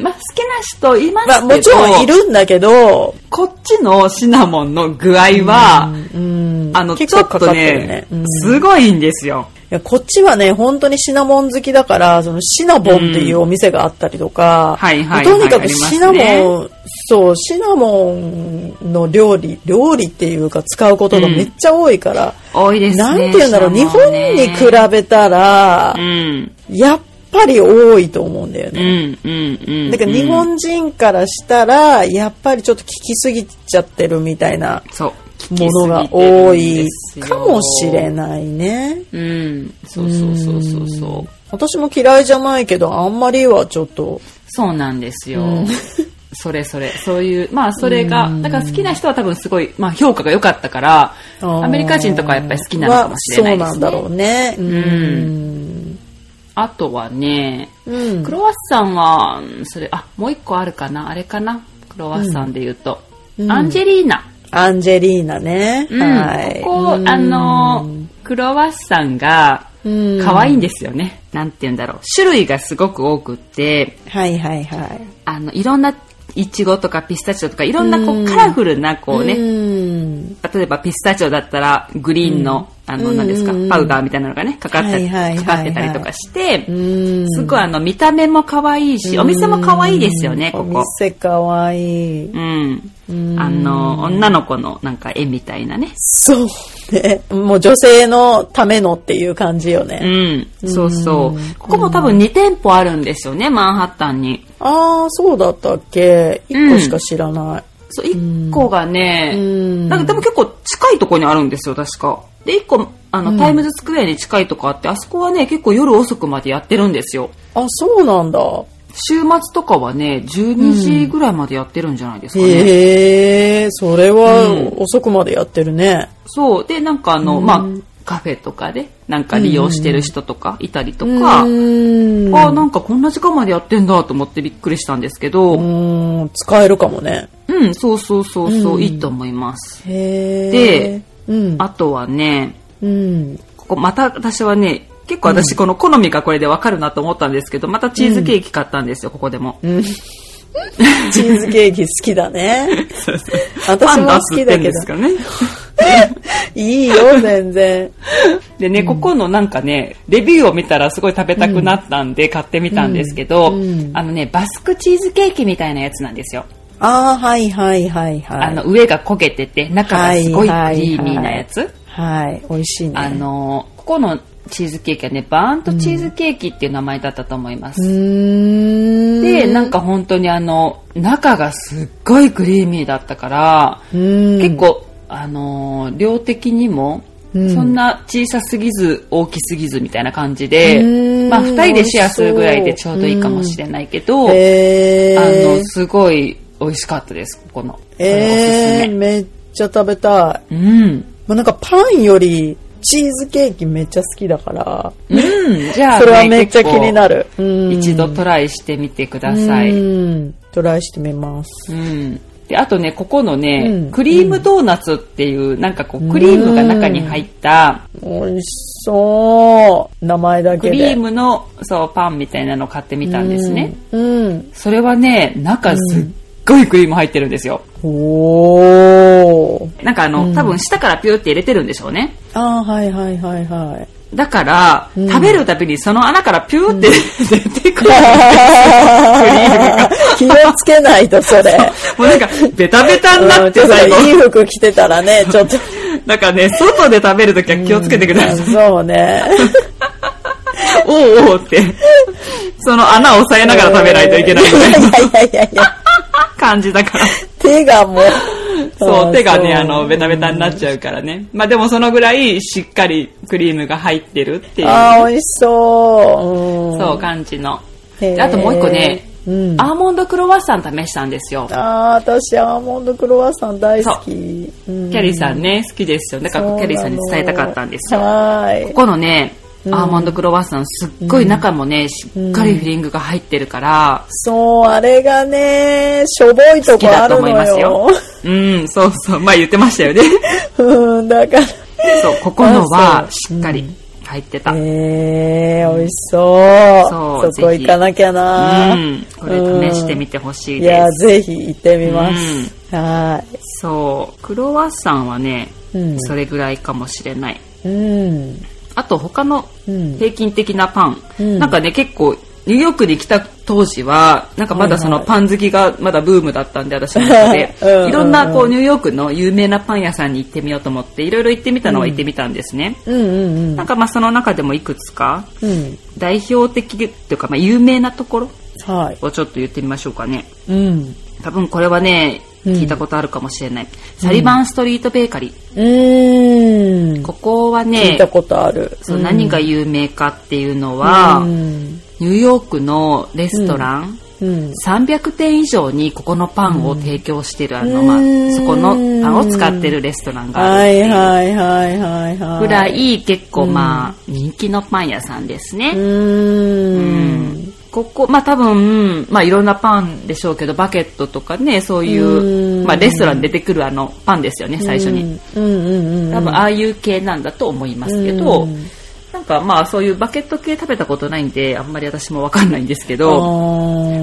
Speaker 1: ん、まあ好きな人いますけ
Speaker 2: まあ
Speaker 1: ど、
Speaker 2: もちろんいるんだけど、
Speaker 1: こっちのシナモンの具合は、
Speaker 2: うん、
Speaker 1: あの、ち
Speaker 2: 結
Speaker 1: ょ
Speaker 2: 構
Speaker 1: っ
Speaker 2: か
Speaker 1: と
Speaker 2: かってるね
Speaker 1: ね。、
Speaker 2: うん
Speaker 1: すごいんですよ。
Speaker 2: いやこっちはね、本当にシナモン好きだから、そのシナボンっていうお店があったりとか、
Speaker 1: はいはいはい
Speaker 2: とにか
Speaker 1: あ
Speaker 2: く
Speaker 1: ります
Speaker 2: シナモン、
Speaker 1: ね
Speaker 2: そう、シナモンの料理、料理っていうか使うことがめっちゃ多いから、
Speaker 1: 多いですね。
Speaker 2: なんて言うんだろう、
Speaker 1: シ
Speaker 2: 日
Speaker 1: ナモ
Speaker 2: 本
Speaker 1: ンね
Speaker 2: に比べたら、
Speaker 1: うん、
Speaker 2: やっぱり多いと思うんだよ
Speaker 1: う
Speaker 2: ね。
Speaker 1: ん、うん、うん。
Speaker 2: だから日
Speaker 1: うん、
Speaker 2: 本人からしたら、やっぱりちょっと聞きすぎちゃってるみたいな
Speaker 1: そう。
Speaker 2: ものが多いかもしれないね。
Speaker 1: うん、そうそうそうそうそう。
Speaker 2: 私も嫌いじゃないけど、あんまりはちょっと、
Speaker 1: そうなんですよ。それそれ、そういう、まあそれが、だから好きな人は多分すごい、まあ評価が良かったから、
Speaker 2: あー
Speaker 1: アメリカ人とかやっぱり好きなのかもしれないで
Speaker 2: は
Speaker 1: す
Speaker 2: そうなん
Speaker 1: ね。
Speaker 2: だろうね。うん。
Speaker 1: あとはね、
Speaker 2: うん。
Speaker 1: クロワッサンは、うんそれ、あ、もう一個あるかなあれかなクロワッサンで言うと。
Speaker 2: うん
Speaker 1: アンジェリーナ。
Speaker 2: アンジェリーナね。
Speaker 1: うん
Speaker 2: はい。
Speaker 1: ここ、あの、クロワッサンが、
Speaker 2: うん
Speaker 1: 可愛いんですよね。なんて言うんだろう。種類がすごく多くって、
Speaker 2: はいはいはい。
Speaker 1: あの、いろんな、イチゴとかピスタチオとかいろんなこ
Speaker 2: うん
Speaker 1: うカラフルなこうね、
Speaker 2: うん。
Speaker 1: 例えばピスタチオだったらグリーンの、あ
Speaker 2: う
Speaker 1: の
Speaker 2: ん
Speaker 1: 何ですか、
Speaker 2: うん
Speaker 1: パウダーみたいなのがねかかったり、
Speaker 2: はいはいはいはい
Speaker 1: かかってたりとかして、
Speaker 2: うん
Speaker 1: すごいあの見た目も可愛いし、お店も可愛いですよねこ
Speaker 2: お
Speaker 1: こ
Speaker 2: 店かわいい。
Speaker 1: うん、
Speaker 2: うん
Speaker 1: あの女の子のなんか絵みたいなね
Speaker 2: そうね。もう女性のためのっていう感じよ
Speaker 1: う
Speaker 2: ね。
Speaker 1: んそうそうここも多分2店舗あるんですよねマンハッタンに
Speaker 2: ああ、そうだったっけ一個しか知らない。
Speaker 1: そう1個がね、
Speaker 2: うん
Speaker 1: なんかでも結構近いところにあるんですよ、確か。で、一個、あの、タイムズスクエアに近いとこあって、あそこはね、結構夜遅くまでやってるんですよ。
Speaker 2: あ、そうなんだ。
Speaker 1: 週末とかはね、12時ぐらいまでやってるんじゃないですかね。
Speaker 2: へえ、それは
Speaker 1: う
Speaker 2: 遅くまでやってるね。
Speaker 1: そう。で、なんかあの、まあ、カフェとかで、なんか利用してる人とかいたりとか、
Speaker 2: うん
Speaker 1: あ、なんかこんな時間までやってんだと思ってびっくりしたんですけど、うん、
Speaker 2: うん、使えるかもね。
Speaker 1: そうそうそうそう、
Speaker 2: うん
Speaker 1: いいと思います。
Speaker 2: へえ。
Speaker 1: で、
Speaker 2: うん。
Speaker 1: あとはね、
Speaker 2: うん。
Speaker 1: ここまた私はね結構私この好みがこれでわかるなと思ったんですけど、またチーズケーキ買ったんですよ、ここでも。 <laughs>
Speaker 2: チーズケーキ好きだね。
Speaker 1: <laughs>
Speaker 2: 私も好
Speaker 1: パンダ吸
Speaker 2: きだけど。
Speaker 1: ってんですかね。
Speaker 2: い
Speaker 1: <laughs>
Speaker 2: いよ、全然。
Speaker 1: でね、ここのなんかね、レビューを見たらすごい食べたくなったんで買ってみたんですけど、
Speaker 2: うんうん
Speaker 1: あのね、バスクチーズケーキみたいなやつなんですよ。
Speaker 2: ああ、はいはいはいはい。
Speaker 1: あの、上が焦げてて、中がすごいク
Speaker 2: はいはいはい
Speaker 1: リーミーなやつ。
Speaker 2: はい、美味しいね。
Speaker 1: あの、ここのチーズケーキはね、バーンとチーズケーキっていう名前だったと思います。
Speaker 2: うーん。
Speaker 1: で、なんか本当にあの、中がすっごいクリーミーだったから、
Speaker 2: うん、
Speaker 1: 結構、あのー量的にも、
Speaker 2: うん
Speaker 1: そんな小さすぎず大きすぎずみたいな感じで、
Speaker 2: うん
Speaker 1: まあ、2人でシェアするぐらいでちょうどいいかもしれないけど、
Speaker 2: え
Speaker 1: あ
Speaker 2: ー、
Speaker 1: のすごい美味しかったですここのこれおす
Speaker 2: え
Speaker 1: すめ、
Speaker 2: ー、めっちゃ食べたい。
Speaker 1: うん
Speaker 2: もうなんかパンよりチーズケーキめっちゃ好きだから、
Speaker 1: うん、じゃあ、ね、
Speaker 2: それはめっちゃ気にな
Speaker 1: る
Speaker 2: る。うん
Speaker 1: 一度トライしてみてください、
Speaker 2: うんトライしてみます。
Speaker 1: うんで、あとね、ここのね、
Speaker 2: うん
Speaker 1: クリームドーナツっていう、なんかこう、クリームが中に入った、
Speaker 2: 美味しそう。名前だ
Speaker 1: ク
Speaker 2: けで。
Speaker 1: リームの、そう、パンみたいなのを買ってみたんですね。
Speaker 2: うん。うん。
Speaker 1: それはね、中すっごいクリーム入ってるんですよ。
Speaker 2: おー。
Speaker 1: なんかあの、多分下からピューって入れてるんでしょうね。
Speaker 2: あーはいはいはいはい。
Speaker 1: だから、
Speaker 2: うん
Speaker 1: 食べるたびにその穴からピューって出てくる。
Speaker 2: <laughs> 気をつけないと、それ。
Speaker 1: もうなんか、ベタベタにな
Speaker 2: う
Speaker 1: っ
Speaker 2: んちょ
Speaker 1: て
Speaker 2: っと
Speaker 1: 最後。
Speaker 2: いい服着てたらね、ちょ
Speaker 1: <laughs>
Speaker 2: っと。
Speaker 1: だからね、外で食べるときは気をつけてください。
Speaker 2: そ
Speaker 1: <laughs>
Speaker 2: うね。
Speaker 1: おうおうって。その穴を押さえながら食べないといけないみたいな
Speaker 2: <laughs> いやいやいやいや、
Speaker 1: <laughs> 感じだ
Speaker 2: <laughs>
Speaker 1: から。
Speaker 2: 手がもう。
Speaker 1: <laughs> そう、手がね、
Speaker 2: そう
Speaker 1: あの、ベタベタになっちゃうからね。まあでもそのぐらいしっかりクリームが入ってるっていう、
Speaker 2: あー美味しそう。ん
Speaker 1: そう、感じの。
Speaker 2: へー
Speaker 1: あともう一個ね、
Speaker 2: うん
Speaker 1: アーモンドクロワッサン試したんですよ。
Speaker 2: ああ、私、アーモンドクロワッサン大好き。うん
Speaker 1: キャリーさんね、好きですよ。だからキャリーさんに伝えたかったんです
Speaker 2: そう
Speaker 1: よ。
Speaker 2: なのはー
Speaker 1: こ
Speaker 2: い。
Speaker 1: このね、アーモンドクロワッサン、すっごい中もね、しっかりフィリングが入ってるから、
Speaker 2: そう、あれがね、しょぼいと
Speaker 1: 好き
Speaker 2: こ
Speaker 1: だ
Speaker 2: あ
Speaker 1: と
Speaker 2: る
Speaker 1: 思いま
Speaker 2: の
Speaker 1: す
Speaker 2: よ
Speaker 1: よ。。うん、そうそう。まあ言ってましたよね。
Speaker 2: <laughs> うん、だから。
Speaker 1: そう、ここのは
Speaker 2: あ
Speaker 1: し
Speaker 2: そう
Speaker 1: っかり入ってた。うん、
Speaker 2: えー、美味しそう。
Speaker 1: そう
Speaker 2: こ
Speaker 1: ぜひ
Speaker 2: 行かなきゃな、
Speaker 1: これ試してみてほし
Speaker 2: い
Speaker 1: いで
Speaker 2: や、
Speaker 1: す。
Speaker 2: ぜひ行ってみます。はーい。
Speaker 1: そう、クロワッサンはね、
Speaker 2: うん
Speaker 1: それぐらいかもしれない。
Speaker 2: うん。
Speaker 1: あと他の
Speaker 2: うん
Speaker 1: 平均的なパン、
Speaker 2: うん
Speaker 1: なんかね結構ニューヨークに来た当時はなんかまだそ
Speaker 2: はい
Speaker 1: の
Speaker 2: はい
Speaker 1: パン好きがまだブームだったんで私の中で
Speaker 2: <laughs> うんうん
Speaker 1: いろんなこうニューヨークの有名なパン屋さんに行ってみようと思っていろいろ行ってみたのは行ってみたんですね、
Speaker 2: うんうんうん
Speaker 1: なん。かまあその中でもいくつか
Speaker 2: うん。
Speaker 1: 代表的っていうかまあ有名なところ
Speaker 2: はい。
Speaker 1: をちょっと言ってみましょうかね
Speaker 2: うん。
Speaker 1: 多分これはね
Speaker 2: うん
Speaker 1: 聞いたことあるかもしれない、サリバンストリートベーカリー
Speaker 2: うん。
Speaker 1: ここは
Speaker 2: 聞
Speaker 1: ね
Speaker 2: いたことある。
Speaker 1: そう
Speaker 2: うん
Speaker 1: 何が有名かっていうのは、
Speaker 2: うん。
Speaker 1: ニューヨークのレストラン、
Speaker 2: うん。
Speaker 1: 300店以上にここのパンを提供してる、あの、ま
Speaker 2: うーん
Speaker 1: あ、そこのパンを使ってるレストランがあ
Speaker 2: は
Speaker 1: る
Speaker 2: いはいはいはいはい。
Speaker 1: ぐら。い結構まあ、人気のパン屋さんです
Speaker 2: う
Speaker 1: ね。
Speaker 2: ーん。
Speaker 1: ここ、まあ多分、まあいろんなパンでしょうけど、バケットとかね、そういう
Speaker 2: ーん
Speaker 1: う、まあレストランに出てくるあのパンですよね、最初に。。
Speaker 2: うんうんうん。
Speaker 1: 多分ああいう系なんだと思いますけ
Speaker 2: う
Speaker 1: ど
Speaker 2: ん、
Speaker 1: なんかまあそういうバケット系食べたことないんで、あんまり私もわかんないんですけど、
Speaker 2: こ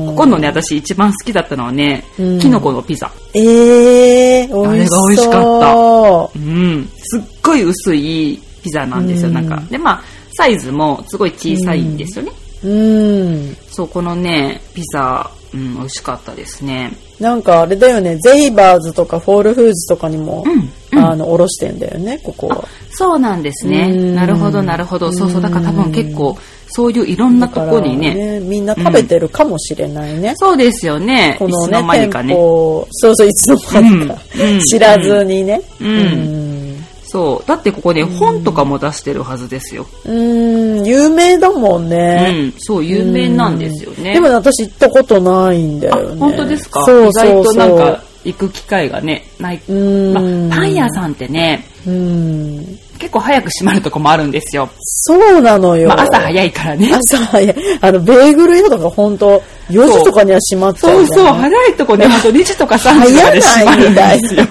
Speaker 1: ここのね、私一番好きだったのはね、
Speaker 2: うん
Speaker 1: キノコのピザ。
Speaker 2: ええー、美味しそう。
Speaker 1: あれが美味し
Speaker 2: かっ
Speaker 1: うん。すっごい薄いピザなんですよ、
Speaker 2: うん
Speaker 1: なんか。で、まあ、サイズもすごい小さいんですよね。
Speaker 2: た。うん。
Speaker 1: そう、このね、ピザ、うん、美味しかったですね。
Speaker 2: なんかあれだよね、ゼイバーズとかフォールフーズとかにも、
Speaker 1: うん
Speaker 2: あの、おろしてんだよね、ここは。
Speaker 1: そうなんです
Speaker 2: う
Speaker 1: ね。
Speaker 2: ん
Speaker 1: なるほど、なるほど。そうそう、だから多分結構、そういういろんなとこに
Speaker 2: だから
Speaker 1: ね、
Speaker 2: みんな食べてるかもしれないね。
Speaker 1: そうですよね。
Speaker 2: こ
Speaker 1: い
Speaker 2: の
Speaker 1: つ
Speaker 2: ね
Speaker 1: の間にか
Speaker 2: 店
Speaker 1: ね。
Speaker 2: 舗、そうそう、いつの間にか、
Speaker 1: うんうん
Speaker 2: 知らずにね。
Speaker 1: うん
Speaker 2: ん。
Speaker 1: そう。だってここね、本とかも出してるはずですよ。
Speaker 2: うん、有名だもん
Speaker 1: う
Speaker 2: ね。
Speaker 1: ん。そう、有名なんですよね。
Speaker 2: でもね私行ったことないんだ
Speaker 1: あ
Speaker 2: よね。
Speaker 1: 本当ですか
Speaker 2: そうそうそう。
Speaker 1: 意外となんか、行く機会がねない、まあ
Speaker 2: うん。
Speaker 1: パン屋さんってね
Speaker 2: うん。
Speaker 1: 結構早く閉まるとこもあるんですよ、
Speaker 2: そうなのよ。
Speaker 1: まあ、朝早いからね
Speaker 2: 朝早い。あの、ベーグル屋とか本当4時とかには閉まっちゃ
Speaker 1: そうう
Speaker 2: じゃん
Speaker 1: そう早いとこねほんと2時とか3時まで閉
Speaker 2: 早
Speaker 1: ま
Speaker 2: ない
Speaker 1: る
Speaker 2: み
Speaker 1: ん
Speaker 2: たい
Speaker 1: です
Speaker 2: な
Speaker 1: よ。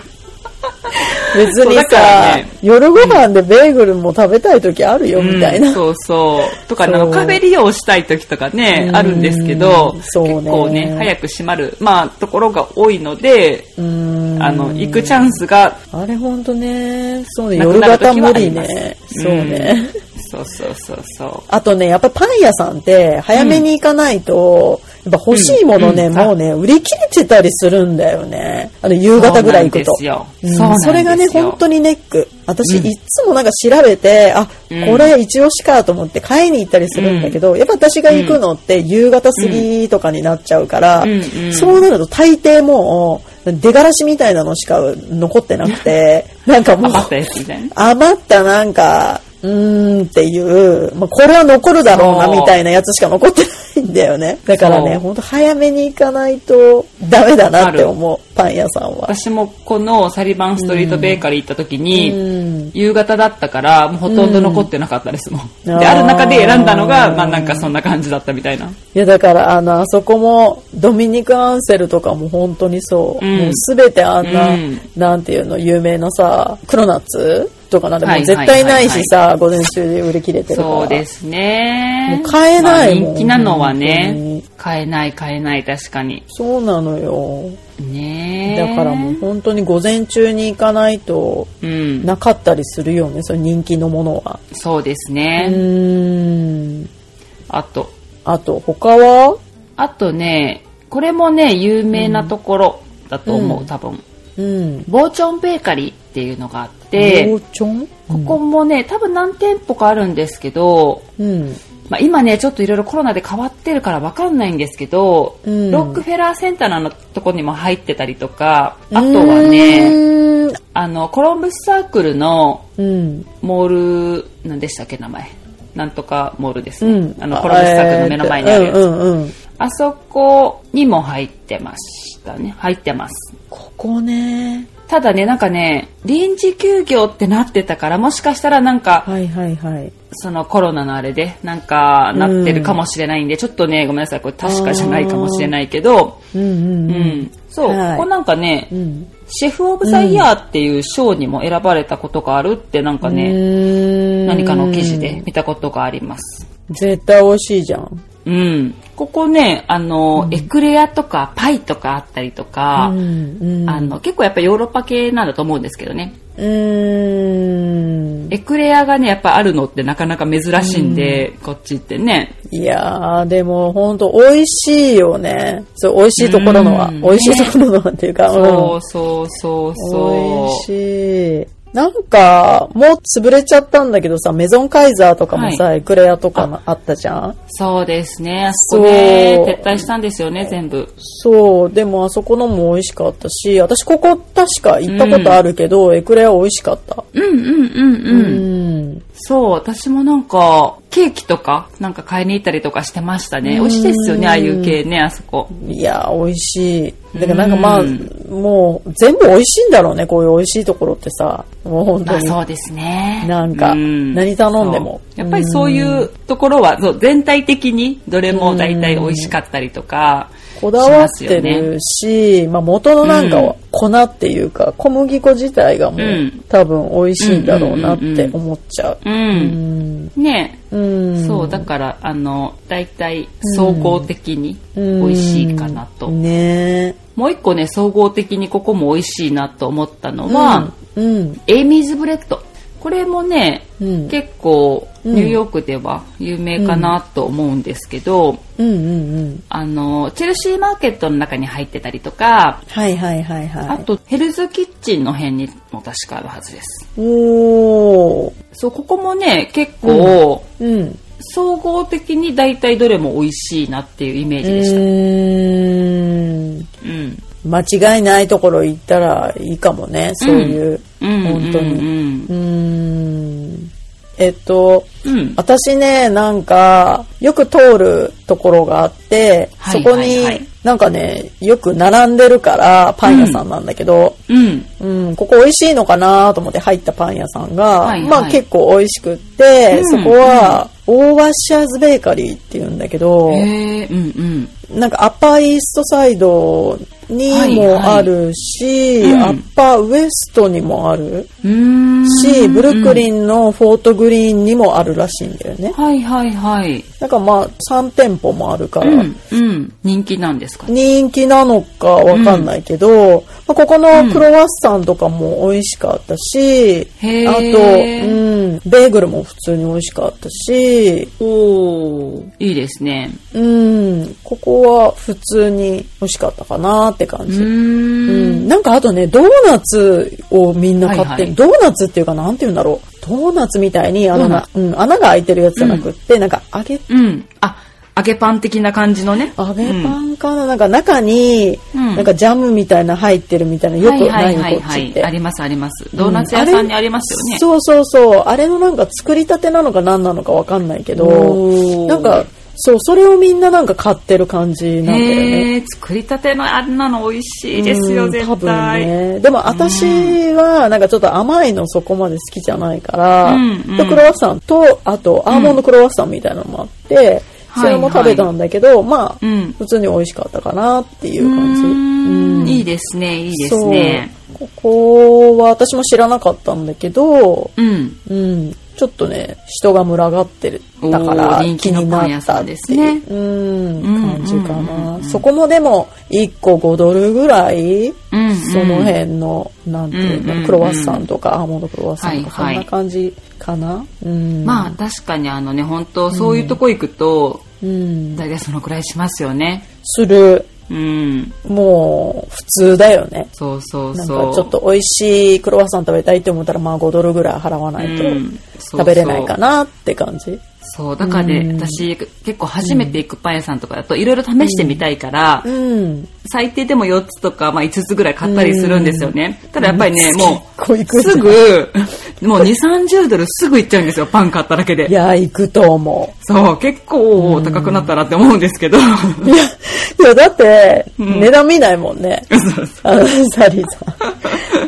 Speaker 2: 別
Speaker 1: そう
Speaker 2: に
Speaker 1: だか
Speaker 2: さ、
Speaker 1: らね
Speaker 2: 夜ご飯でベーグルも食べたい時あるよ、みたいな。
Speaker 1: うんそうそうとかなん
Speaker 2: そう
Speaker 1: かカフェ利用したい時とかねあるんですけど
Speaker 2: そうね
Speaker 1: 結構ね早く閉まる、まあ、ところが多いので
Speaker 2: うん
Speaker 1: あの行くチャンスが
Speaker 2: あれほんとね、そうね、
Speaker 1: なく
Speaker 2: 夜
Speaker 1: なる
Speaker 2: 型
Speaker 1: 時はあ
Speaker 2: 無理
Speaker 1: ります
Speaker 2: ね。そうね。
Speaker 1: うんそうそうそうそう
Speaker 2: あとね、やっぱパン屋さんって早めに行かないと、やっぱ欲しいものね、
Speaker 1: うん
Speaker 2: もうね、売り切れてたりするんだよね。あの、夕方ぐらい行くと。
Speaker 1: そうなん
Speaker 2: う
Speaker 1: で
Speaker 2: ん
Speaker 1: すよ。
Speaker 2: それがね、本当にネック。私、いっつもなんか調べて、あ、
Speaker 1: うん
Speaker 2: これ一押しかと思って買いに行ったりするんだけど、やっぱ私が行くのって夕方過ぎとかになっちゃうから、
Speaker 1: うんうん
Speaker 2: そうなると大抵もう、出がらしみ
Speaker 1: <laughs>
Speaker 2: たいなのしか残ってなくて、なんかもう
Speaker 1: 余、ったやつみたいな。
Speaker 2: 余ったなんか、うーんっていう、まあ、これは残るだろうな
Speaker 1: そう
Speaker 2: みたいなやつしか残ってないんだよね。だからね、
Speaker 1: そう
Speaker 2: ほんと早めに行かないとダメだな
Speaker 1: あ
Speaker 2: って
Speaker 1: る
Speaker 2: 思う、パン屋さんは。
Speaker 1: 私もこのサリバンストリートベーカリー行った時
Speaker 2: うん
Speaker 1: に、夕方だったから、もうほとんど残ってなかったですもん。で、
Speaker 2: あー
Speaker 1: ある中で選んだのが、まあなんかそんな感じだったみたいな。
Speaker 2: いやだからあのあそこもドミニク・アンセルとかも本当にそう、
Speaker 1: うん
Speaker 2: もう全てあんな、
Speaker 1: うん
Speaker 2: なんていうの有名なさクロナッツとかなんても
Speaker 1: は
Speaker 2: う
Speaker 1: い
Speaker 2: 絶対ないしさ、午前中で売り切れてるから
Speaker 1: そうですね。
Speaker 2: もう買えないもん
Speaker 1: まあ人気なのはね
Speaker 2: 本当に、
Speaker 1: 買えない買えない確かに。
Speaker 2: そうなのよ
Speaker 1: ねえ
Speaker 2: だからもう本当に午前中に行かないと
Speaker 1: うん。
Speaker 2: なかったりするよねその人気のものは
Speaker 1: そうです
Speaker 2: う
Speaker 1: ね。
Speaker 2: ーん
Speaker 1: あと、
Speaker 2: あと他は
Speaker 1: あとね、これもね、有名なところだと思
Speaker 2: うん
Speaker 1: う、多分。
Speaker 2: うん
Speaker 1: ボーチョンベーカリーっていうのがあって、
Speaker 2: ローチョン
Speaker 1: ここもね、多分何店舗かあるんですけど、
Speaker 2: うん
Speaker 1: まあ、今ね、ちょっといろいろコロナで変わってるからわかんないんですけど、
Speaker 2: うん
Speaker 1: ロックフェラーセンターのとこにも入ってたりとか、あとはね、
Speaker 2: うーん
Speaker 1: あの、コロンブスサークルの
Speaker 2: うん
Speaker 1: モール、何でしたっけ、名前。なんとかモールです
Speaker 2: う
Speaker 1: ね。
Speaker 2: ん
Speaker 1: あの、コロンブスサークルの目の前にあるやつ。
Speaker 2: うんうんうん
Speaker 1: あそこにも入ってましたね。入ってます。
Speaker 2: ここね
Speaker 1: ただね、なんかね、臨時休業ってなってたから、もしかしたらなんか、
Speaker 2: はいはいはい
Speaker 1: そのコロナのあれでなんかなってるかもしれないんで、ちょっとねごめんなさいこれ確かじゃないかもしれないけど、
Speaker 2: うん
Speaker 1: う
Speaker 2: うんん
Speaker 1: そう、
Speaker 2: はい
Speaker 1: ここなんかね、
Speaker 2: うん
Speaker 1: シェフ・オブ・ザ・イヤーっていう賞にも選ばれたことがあるってなんかね、
Speaker 2: ね
Speaker 1: 何かの記事で見たことがあります
Speaker 2: 絶対美味しいじゃん
Speaker 1: うんここねあの、エクレアとかパイとかあったりとか、
Speaker 2: うんうん
Speaker 1: あの結構やっぱヨーロッパ系なんだと思うんですけどね
Speaker 2: うーん
Speaker 1: エクレアがねやっぱあるのってなかなか珍しいんで、こっちってね
Speaker 2: いやーでも本当美味しいよねそう美味しいところのは
Speaker 1: うん
Speaker 2: 美味しいところのはっていうか
Speaker 1: そうそうそうそう
Speaker 2: 美味しいなんかもう潰れちゃったんだけどさメゾンカイザーとかもさ、エクレアとかもあったじゃん
Speaker 1: そうですね。あそこね
Speaker 2: そう、
Speaker 1: 撤退したんですよね、全部。
Speaker 2: そう、でもあそこのも美味しかったし、私ここ確か行ったことあるけど、エクレア美味しかった。
Speaker 1: うんうんうん
Speaker 2: う
Speaker 1: うん。
Speaker 2: ん。
Speaker 1: そう、私もなんか、ケーキとか、なんか買いに行ったりとかしてましたね。美味しいですよね、ああいう系ね、あそこ。
Speaker 2: いや、美味しい。だからなんかまあ、
Speaker 1: うん
Speaker 2: もう全部美味しいんだろうね、こういう美味しいところってさ。もう本
Speaker 1: ま
Speaker 2: 当
Speaker 1: あ
Speaker 2: に。
Speaker 1: そうですね。
Speaker 2: なんか
Speaker 1: う
Speaker 2: 何頼んでも
Speaker 1: そうやっぱりそういうところは、そう全体的にどれも大体美味しかったりとか、
Speaker 2: こだわっ
Speaker 1: します
Speaker 2: て
Speaker 1: よね。
Speaker 2: るし、まあ元のなんか
Speaker 1: うん
Speaker 2: 粉っていうか、小麦粉自体がもう、
Speaker 1: うん
Speaker 2: 多分美味しいんだろうなって思っちゃう。
Speaker 1: う。
Speaker 2: うんん。
Speaker 1: ね
Speaker 2: うん。
Speaker 1: そう、だから、あの、大体、総合的に美味しいかなと
Speaker 2: うんねえ。
Speaker 1: もう一個ね、総合的にここも美味しいなと思ったのは、
Speaker 2: うん。
Speaker 1: エイミーズブレッド。これもね、
Speaker 2: うん
Speaker 1: 結構
Speaker 2: うん
Speaker 1: ニューヨークでは有名かなと思うんですけど、
Speaker 2: うんうんうん。
Speaker 1: あの、チェルシーマーケットの中に入ってたりとか、
Speaker 2: はいはいはいは
Speaker 1: あ
Speaker 2: い。
Speaker 1: とヘルズキッチンの辺にも確かあるはずです。
Speaker 2: おー。
Speaker 1: そう、ここもね、結構、
Speaker 2: うん。
Speaker 1: 総合的に大体どれも美味しいなっていうイメー
Speaker 2: う
Speaker 1: ジでした。
Speaker 2: ーん。
Speaker 1: うん。
Speaker 2: 間違いないところ行ったらいいかもね、そういう。
Speaker 1: うん。
Speaker 2: 本当
Speaker 1: う
Speaker 2: に。
Speaker 1: ん
Speaker 2: う。ーん。えっと、
Speaker 1: うん。
Speaker 2: 私ね、なんか、よく通るところがあって、
Speaker 1: はい
Speaker 2: そこ
Speaker 1: はいは
Speaker 2: に
Speaker 1: い、
Speaker 2: なんかね、よく並んでるから、パン屋さんなんだけど、
Speaker 1: うん。
Speaker 2: うん、ここ美味しいのかなと思って入ったパン屋さんが、
Speaker 1: はいはい
Speaker 2: まあ結構美味しくって、
Speaker 1: うん
Speaker 2: そこは、オーワッシャーズベーカリーっていうんだけど、
Speaker 1: へえ、うんうん。
Speaker 2: なんかアッパーイーストサイドにもあるし、
Speaker 1: はいはい
Speaker 2: ア
Speaker 1: うん
Speaker 2: ッパーウエストにもある
Speaker 1: うーん
Speaker 2: し、ブルックリンのフォートグリーンにもあるらしいんだよね。
Speaker 1: はいはいはい。
Speaker 2: なんかまあ3店舗もあるから、
Speaker 1: うん、うん。人気なんですかね。
Speaker 2: 人気なのかわかんないけど、まあ、ここのクロワッサンとかも美味しかったし、
Speaker 1: へー
Speaker 2: あと、うん、ベーグルも普通に美味しかったし、
Speaker 1: おー、いいですね。
Speaker 2: うん、ここは普通に美味しかったかなって感
Speaker 1: う
Speaker 2: じ。う
Speaker 1: ーん。
Speaker 2: ん、なんかあとね、ドーナツをみんな買って、
Speaker 1: はいはい
Speaker 2: ドーナツっていうかなんて言うんだろう。ドーナツみたいに、あの、
Speaker 1: ドーナ
Speaker 2: うん、穴が開いてるやつじゃなくって、なんか揚げ、
Speaker 1: うん。あ、揚げパン的な感じのね。
Speaker 2: 揚げ
Speaker 1: う
Speaker 2: パ
Speaker 1: ん
Speaker 2: ンかな、なんか中に、
Speaker 1: うん
Speaker 2: なんかジャムみたいな入ってるみたいな、よくないよ、こっちって
Speaker 1: あ。りますあります。ドーナツ屋さんにありますよね。
Speaker 2: そうそうそう。あれのなんか作りたてなのか何なのかわかんないけど
Speaker 1: お、ー
Speaker 2: なんか、そう、それをみんななんか買ってる感じなんだよね。
Speaker 1: へえ、作りたてのあんなの美味しいです
Speaker 2: う
Speaker 1: よ、
Speaker 2: ん多
Speaker 1: 絶
Speaker 2: 分
Speaker 1: 対。
Speaker 2: ね。でも私は、なんかちょっと甘いのそこまで好きじゃないから、
Speaker 1: うんうん
Speaker 2: でクロワッサンと、あとアーモンドクロワッサンみたいなのもあって、
Speaker 1: うん
Speaker 2: それも食べたんだけど、まあ、
Speaker 1: うん
Speaker 2: 普通に美味しかったかなっていう感じ。
Speaker 1: うーん
Speaker 2: うん
Speaker 1: いいですね、いいですね。
Speaker 2: そう。ここは私も知らなかったんだけど、
Speaker 1: うん。
Speaker 2: うん、ちょっとね、人が群がってる。だから
Speaker 1: おー人
Speaker 2: 気
Speaker 1: 気の
Speaker 2: になっ
Speaker 1: パ
Speaker 2: たっていう、
Speaker 1: ン屋さんです
Speaker 2: うん、感じか
Speaker 1: うんうん
Speaker 2: な。そこもでも、1個5ドルぐらい、
Speaker 1: うんうん
Speaker 2: その辺の、なんていうの、
Speaker 1: うんうん
Speaker 2: クロワッサンとかアーモンドクロワッサンとか、
Speaker 1: はいはい
Speaker 2: そんな感じかな。うん。
Speaker 1: まあ、確かにあのね、本当そういうとこ行くと、
Speaker 2: うん、
Speaker 1: 大体そのくらいしますよね。
Speaker 2: する、
Speaker 1: うん。
Speaker 2: もう、普通だよね。
Speaker 1: そうそう
Speaker 2: なん
Speaker 1: そう。
Speaker 2: かちょっと美味しいクロワッサン食べたいって思ったら、まあ5ドルぐらい払わないと
Speaker 1: うんそうそう
Speaker 2: 食べれないかなって感じ。
Speaker 1: そう、だからね、
Speaker 2: うん
Speaker 1: 私結構初めて行くパン屋さんとかだといろいろ試してみたいから、
Speaker 2: うん。
Speaker 1: 最低でも4つとか、まあ、5つぐらい買ったりするんですよね。ただやっぱりね、も
Speaker 2: 結構行く
Speaker 1: う、
Speaker 2: んじゃ
Speaker 1: す
Speaker 2: ない
Speaker 1: ぐ、もう2、30ドルすぐ行っちゃうんですよ、パン買っただけ
Speaker 2: い
Speaker 1: で。
Speaker 2: や、行くと思う。
Speaker 1: そう、結構高くなったなって思うんですけど。
Speaker 2: いや、いやだって、値段見ないもんね。あの、サリーさん。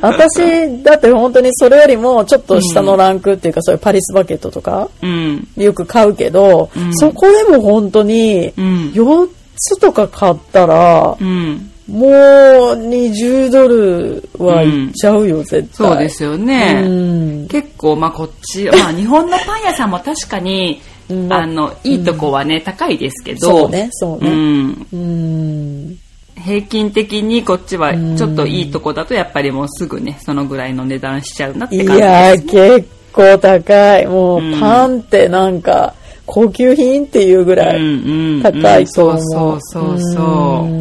Speaker 2: 私、だって本当にそれよりも、ちょっと下のランクっていうか、そういうパリスバケットとか、
Speaker 1: うん。
Speaker 2: よく買うけど、
Speaker 1: うん
Speaker 2: そこでも本当に、
Speaker 1: うん
Speaker 2: 4つとか買ったら
Speaker 1: う、ん。
Speaker 2: もう20ドルはいっちゃうよ、絶対。
Speaker 1: そうですよね。
Speaker 2: うん
Speaker 1: 結構、まあ、こっち、 <laughs> まあ、日本のパン屋さんも確かに、
Speaker 2: うん
Speaker 1: あの、いいとこはね、高いですけど、
Speaker 2: そうね、そ
Speaker 1: う
Speaker 2: うね。
Speaker 1: ん。
Speaker 2: うん。
Speaker 1: 平均的にこっちはちょっといいとこだとやっぱりもうすぐね、そのぐらいの値段しちゃうなって
Speaker 2: い
Speaker 1: 感じです
Speaker 2: やー、結構高い。もう、
Speaker 1: うん
Speaker 2: パンってなんか、高級品っていうぐら
Speaker 1: う
Speaker 2: い
Speaker 1: んうん
Speaker 2: 高いと思う。
Speaker 1: そうそうそうそう
Speaker 2: う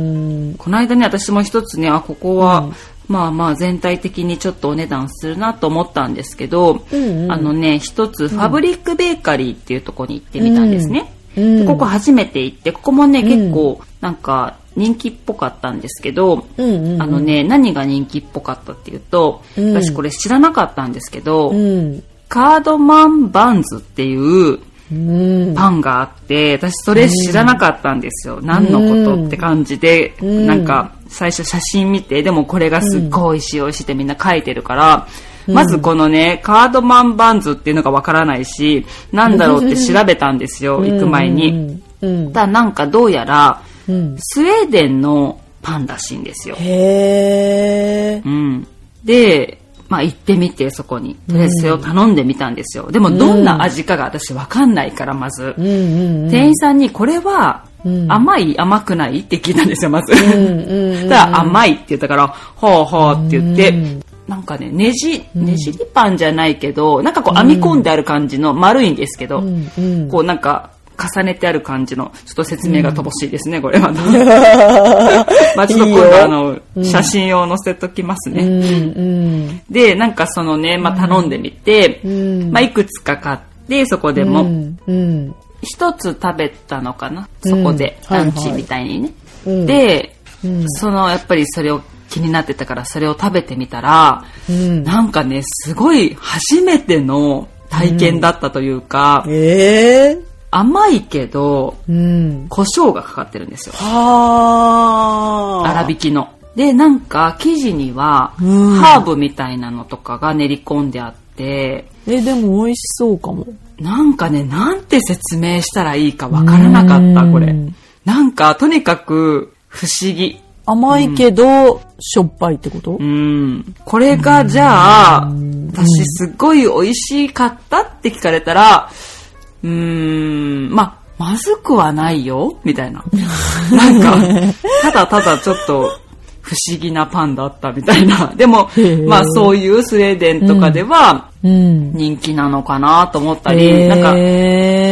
Speaker 2: ん
Speaker 1: この間ね私も一つねあここは、まあまあ全体的にちょっとお値段するなと思ったんですけど、
Speaker 2: うんうん
Speaker 1: あのね一つファブリックベーカリーっていうところに行ってみたんですね、
Speaker 2: うん
Speaker 1: でここ初めて行ってここもね
Speaker 2: ん
Speaker 1: 結構なんか人気っぽかったんですけど、
Speaker 2: うんうんうん
Speaker 1: あのね何が人気っぽかったっていうと、
Speaker 2: うん
Speaker 1: 私これ知らなかったんですけど、
Speaker 2: うん。
Speaker 1: カードマンバンズっていう
Speaker 2: うん。
Speaker 1: パンがあって、私それ知らなかったんですよ。何のことって感じで、
Speaker 2: うん
Speaker 1: なんか最初写真見て、でもこれがすっごい美味しい美味しいってみんな書いてるから、まずこのね、カードマンバンズっていうのがわからないし、なんだろうって調べたんですよ、行く前に。
Speaker 2: うん。
Speaker 1: ただなんかどうやら、
Speaker 2: うん。
Speaker 1: スウェーデンのパンらしいんですよ。
Speaker 2: へー。
Speaker 1: うん。で、まあ行ってみて、そこに。とりあえずそれを頼んでみたんですよ。でもどんな味かが私わかんないから、まず。
Speaker 2: うんうん
Speaker 1: 店員さんにこれは
Speaker 2: うん
Speaker 1: 甘い、甘くないって聞いたんですよ、まず。
Speaker 2: うん。うんうんうん。
Speaker 1: <laughs> ただ甘いって言ったから、ほうほうって言って、
Speaker 2: うん
Speaker 1: なんかね、ねじ、ねじりパンじゃないけど、なんかこう編み込んである感じの丸いんですけど、
Speaker 2: うんうん
Speaker 1: こうなんか重ねてある感じの、ちょっと説明が乏しいですね、こ
Speaker 2: <laughs>
Speaker 1: れは。まあちょっと今
Speaker 2: いい
Speaker 1: 度
Speaker 2: よ
Speaker 1: あの、写真を載せときますね。
Speaker 2: うんうん。
Speaker 1: で、なんかそのね、まあ頼んでみて、
Speaker 2: うん
Speaker 1: まあいくつか買って、そこでも、
Speaker 2: うんうん。
Speaker 1: 一つ食べたのかな、そこで、
Speaker 2: うんは
Speaker 1: ラ
Speaker 2: いはい
Speaker 1: ンチみたいにね。
Speaker 2: うん
Speaker 1: で、
Speaker 2: うん
Speaker 1: そのやっぱりそれを気になってたからそれを食べてみたら、
Speaker 2: うん。
Speaker 1: なんかね、すごい初めての体験だったというか、
Speaker 2: えー。
Speaker 1: 甘いけど、
Speaker 2: うん。
Speaker 1: 胡椒がかかってるんですよ。
Speaker 2: はー。
Speaker 1: 粗挽きの。で、なんか生地には、
Speaker 2: うん
Speaker 1: ハーブみたいなのとかが練り込んであって、
Speaker 2: え、でも美味しそうかも。
Speaker 1: なんかね、なんて説明したらいいかわからなかった、こ
Speaker 2: う
Speaker 1: れ
Speaker 2: ん。
Speaker 1: なんか、とにかく、不思議。
Speaker 2: 甘いけど、しょっぱいってこと
Speaker 1: うん。これが、じゃあ、私すっごい美味しかったって聞かれたら、うーん、まあ、まずくはないよ、みたいな。
Speaker 2: <laughs>
Speaker 1: なんか、ただただちょっと、不思議なパンだったみたいな。でも
Speaker 2: へー、
Speaker 1: まあそういうスウェーデンとかでは
Speaker 2: うん。
Speaker 1: 人気なのかなと思ったり、
Speaker 2: えー
Speaker 1: なんか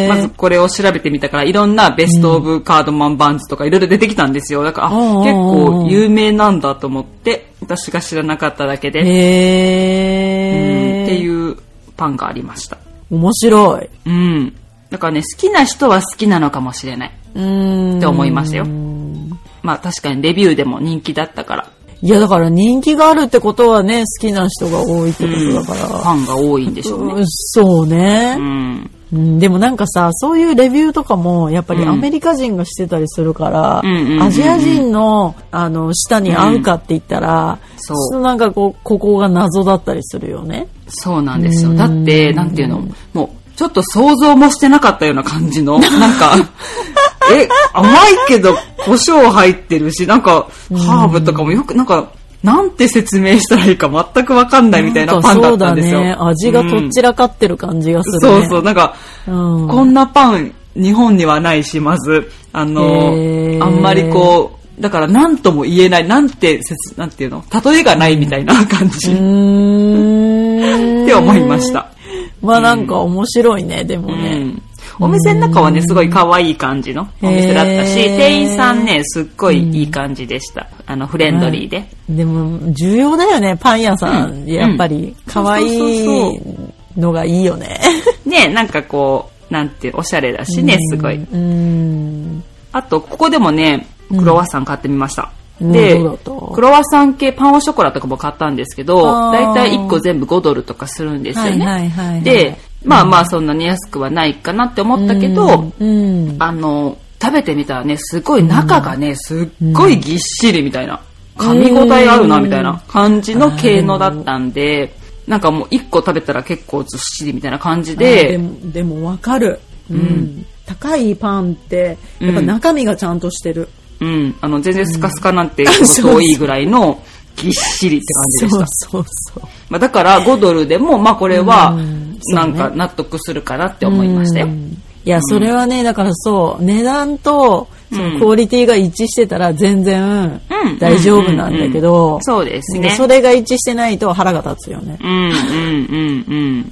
Speaker 1: まずこれを調べてみたから、いろんなベストオブカードマンバンズとかいろいろ出てきたんですよ。だから、あ
Speaker 2: うんうんうん
Speaker 1: 結構有名なんだと思って、私が知らなかっただけで、うん
Speaker 2: へー
Speaker 1: っていうパンがありました。
Speaker 2: 面白い。
Speaker 1: うん。だからね、好きな人は好きなのかもしれない。
Speaker 2: うん。
Speaker 1: って思いましたよまあ確かにレビューでも人気だったから、
Speaker 2: いや、だから人気があるってことはね、好きな人が多いってことだか
Speaker 1: フ
Speaker 2: ら。
Speaker 1: ァンが多いんでしょう
Speaker 2: う
Speaker 1: ね。
Speaker 2: んそうね
Speaker 1: う、ん。
Speaker 2: うんでもなんかさ、そういうレビューとかも、やっぱり
Speaker 1: うん
Speaker 2: アメリカ人がしてたりするから、
Speaker 1: うんうんうんうん
Speaker 2: アジア人の、あの、舌に合うかって言ったら、
Speaker 1: そう
Speaker 2: ちょっとなんかこう、ここが謎だったりするよね。
Speaker 1: そうなんですよ。
Speaker 2: うん
Speaker 1: だって、なんていうの、もう、ちょっと想像もしてなかったような感じ
Speaker 2: <laughs>
Speaker 1: の、なんか、え、甘いけど、胡椒入ってるし、なんか、ハーブとかもよく、なんか、なんて説明したらいいか全くわかんないみたいなパンだったんですよ。
Speaker 2: そうだね。味がとっちらかってる感じがする
Speaker 1: う
Speaker 2: ね。
Speaker 1: んそうそう、なんか、
Speaker 2: うん
Speaker 1: こんなパン、日本にはないし、まず、あの
Speaker 2: へ、ー
Speaker 1: あんまりこう、だから何とも言えない、なんて説、なんていうの、例えがないみたいな感じ、
Speaker 2: うーん
Speaker 1: って思いまし。た。
Speaker 2: まあなんか面白いね、でもね。
Speaker 1: お店の中はね、すごい可愛い感じのお店だったし、
Speaker 2: へー
Speaker 1: 店員さんね、すっごいいい感じでした。あの、フレンドリーで。
Speaker 2: でも、重要だよね、パン屋さ
Speaker 1: うん
Speaker 2: ん。やっぱり、可愛いのがいいよね。
Speaker 1: ね、なんかこう、なんて、おしゃれだしね、すごい。
Speaker 2: うーん。
Speaker 1: あと、ここでもね、クロワッサン買ってみました。
Speaker 2: うん
Speaker 1: で、
Speaker 2: どうだった
Speaker 1: クロワッサン系パンオショコラとかも買ったんですけど、
Speaker 2: あー
Speaker 1: だいたい1個全部5ドルとかするんですよね。
Speaker 2: はいはいはいはい
Speaker 1: で、まあまあそんなに安くはないかなって思ったけど、
Speaker 2: うん。
Speaker 1: あの、食べてみたらね、すごい中がね、すっごいぎっしりみたいな、噛み応えあるなみたいな感じの系のだったんで、なんかもう1個食べたら結構ずっしりみたいな感じ
Speaker 2: あで
Speaker 1: で、
Speaker 2: も、でもわかる。うん。高いパンって、
Speaker 1: うん
Speaker 2: やっぱ中身がちゃんとしてる。
Speaker 1: うん、あの、全然スカスカなんてこといいぐらいのぎっしりって感じでし
Speaker 2: そ
Speaker 1: た
Speaker 2: う。そうそう。
Speaker 1: まあ、だから5ドルでも、まあこれは
Speaker 2: うん、
Speaker 1: なんか納得するかなって思いましたよ
Speaker 2: う。んいや、それはね、だからそう、値段と、そのクオリティが一致してたら全然
Speaker 1: うん
Speaker 2: 大丈夫なんだけ
Speaker 1: うんうんう
Speaker 2: ど
Speaker 1: ん、そうですね
Speaker 2: なんかそれが一致してないと腹が立つよね。
Speaker 1: うんうんうんうん。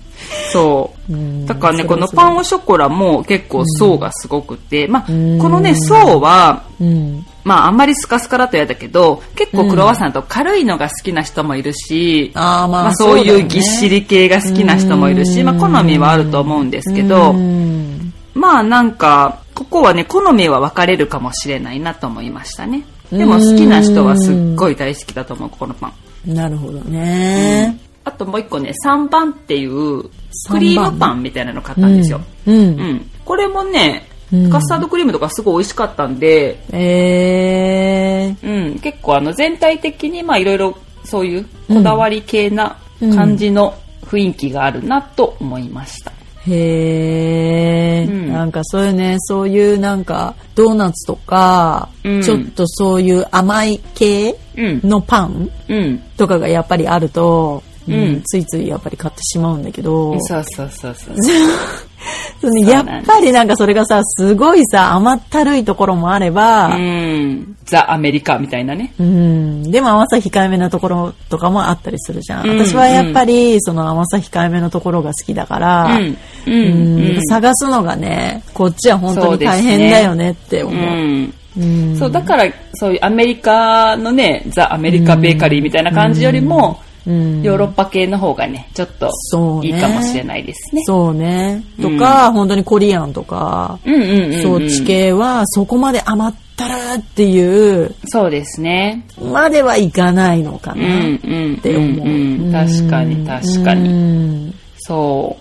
Speaker 1: そう。
Speaker 2: うん
Speaker 1: だからね、
Speaker 2: それ
Speaker 1: このパンオショコラも結構層がすごくて、まあ、こ
Speaker 2: うん
Speaker 1: のね、層は、
Speaker 2: うん。
Speaker 1: まあ、あんまりスカスカだと嫌だけど、結構クロワッサンと軽いのが好きな人もいるし、
Speaker 2: ああ、まあ、
Speaker 1: まあ、そう
Speaker 2: だよ
Speaker 1: いう
Speaker 2: ね
Speaker 1: ぎっしり系が好きな人もいるし、
Speaker 2: うん
Speaker 1: まあ、好みはあると思うんですけど
Speaker 2: う、ん
Speaker 1: まあ、なんか、ここはね、好みは分かれるかもしれないなと思いましたね。でも、好きな人はすっごい大好きだと思う、ここのパン。
Speaker 2: なるほどね。
Speaker 1: あともう一個ね、3番っていう
Speaker 2: 三番
Speaker 1: クリームパンみたいなの買ったんですよ。
Speaker 2: う。
Speaker 1: うんん。
Speaker 2: うん
Speaker 1: これもね、
Speaker 2: うん
Speaker 1: カスタードクリームとかすごい美味しかったんで、
Speaker 2: え
Speaker 1: うん、結構あの全体的にまあいろいろそういうこだわり系な感じの雰囲気があるなと思いました。
Speaker 2: ー、へー、
Speaker 1: うん
Speaker 2: なんかそういうね、そういうなんか、ドーナツとか、
Speaker 1: うん
Speaker 2: ちょっとそういう甘い系
Speaker 1: うん。
Speaker 2: のパン
Speaker 1: うん。
Speaker 2: とかがやっぱりあると、うん
Speaker 1: うん
Speaker 2: ついついやっぱり買ってしまうんだけど、
Speaker 1: そうそうそうそう。
Speaker 2: そのやっぱりなんかそれがさ、すごいさ、甘ったるいところもあれば
Speaker 1: う、ん。ザ・アメリカみたいなね。
Speaker 2: うん、でも甘さ控えめなところとかもあったりするじゃん。
Speaker 1: うん
Speaker 2: 私はやっぱりその甘さ控えめのところが好きだから、
Speaker 1: うんうん
Speaker 2: うん
Speaker 1: うん
Speaker 2: 探すのがね、こっちは本当
Speaker 1: そう
Speaker 2: に
Speaker 1: です
Speaker 2: 大
Speaker 1: ね
Speaker 2: 変だよねって思
Speaker 1: う
Speaker 2: う。
Speaker 1: ん。
Speaker 2: うん
Speaker 1: そう、だから、そういうアメリカのね、ザ・アメリカ・ベーカリーみたいな感じよりも、
Speaker 2: うん
Speaker 1: ヨーロッパ系の方がね、ちょっ
Speaker 2: そ
Speaker 1: と
Speaker 2: うね
Speaker 1: いいかもしれないですね。
Speaker 2: そうね。と
Speaker 1: うん
Speaker 2: か、本当にコリアンとか、
Speaker 1: うんうんうんうん。
Speaker 2: そっち系はそこまで甘ったるっていう
Speaker 1: そうですね。
Speaker 2: まではいかないのか
Speaker 1: う
Speaker 2: な。
Speaker 1: んうん。
Speaker 2: て思うん
Speaker 1: ん確かに確かに。
Speaker 2: うん
Speaker 1: そ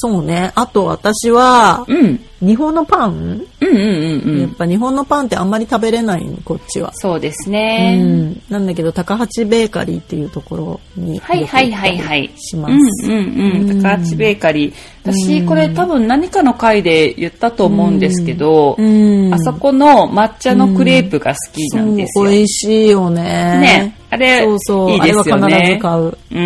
Speaker 2: そうね。あと私は
Speaker 1: う。、うん。
Speaker 2: 日本のパン、
Speaker 1: うんうんうんう
Speaker 2: やっ
Speaker 1: ん。
Speaker 2: ぱ日本のパンってあんまり食べれないのこっちは。
Speaker 1: そうです
Speaker 2: う
Speaker 1: ね。
Speaker 2: ん、なんだけど、高八ベーカリーっていうところに。
Speaker 1: はいはいはいはい。
Speaker 2: します。
Speaker 1: うんうんうん。高橋ベーカリー。私、これ多分何かの回で言ったと思うんですけど、
Speaker 2: うん。
Speaker 1: あそこの抹茶のクレープが好きなんです
Speaker 2: そう
Speaker 1: よ。
Speaker 2: 美味しいよね。
Speaker 1: ね。あれ、
Speaker 2: そうそう。
Speaker 1: いいですよ
Speaker 2: あれは必ず
Speaker 1: ね。
Speaker 2: 買う。
Speaker 1: う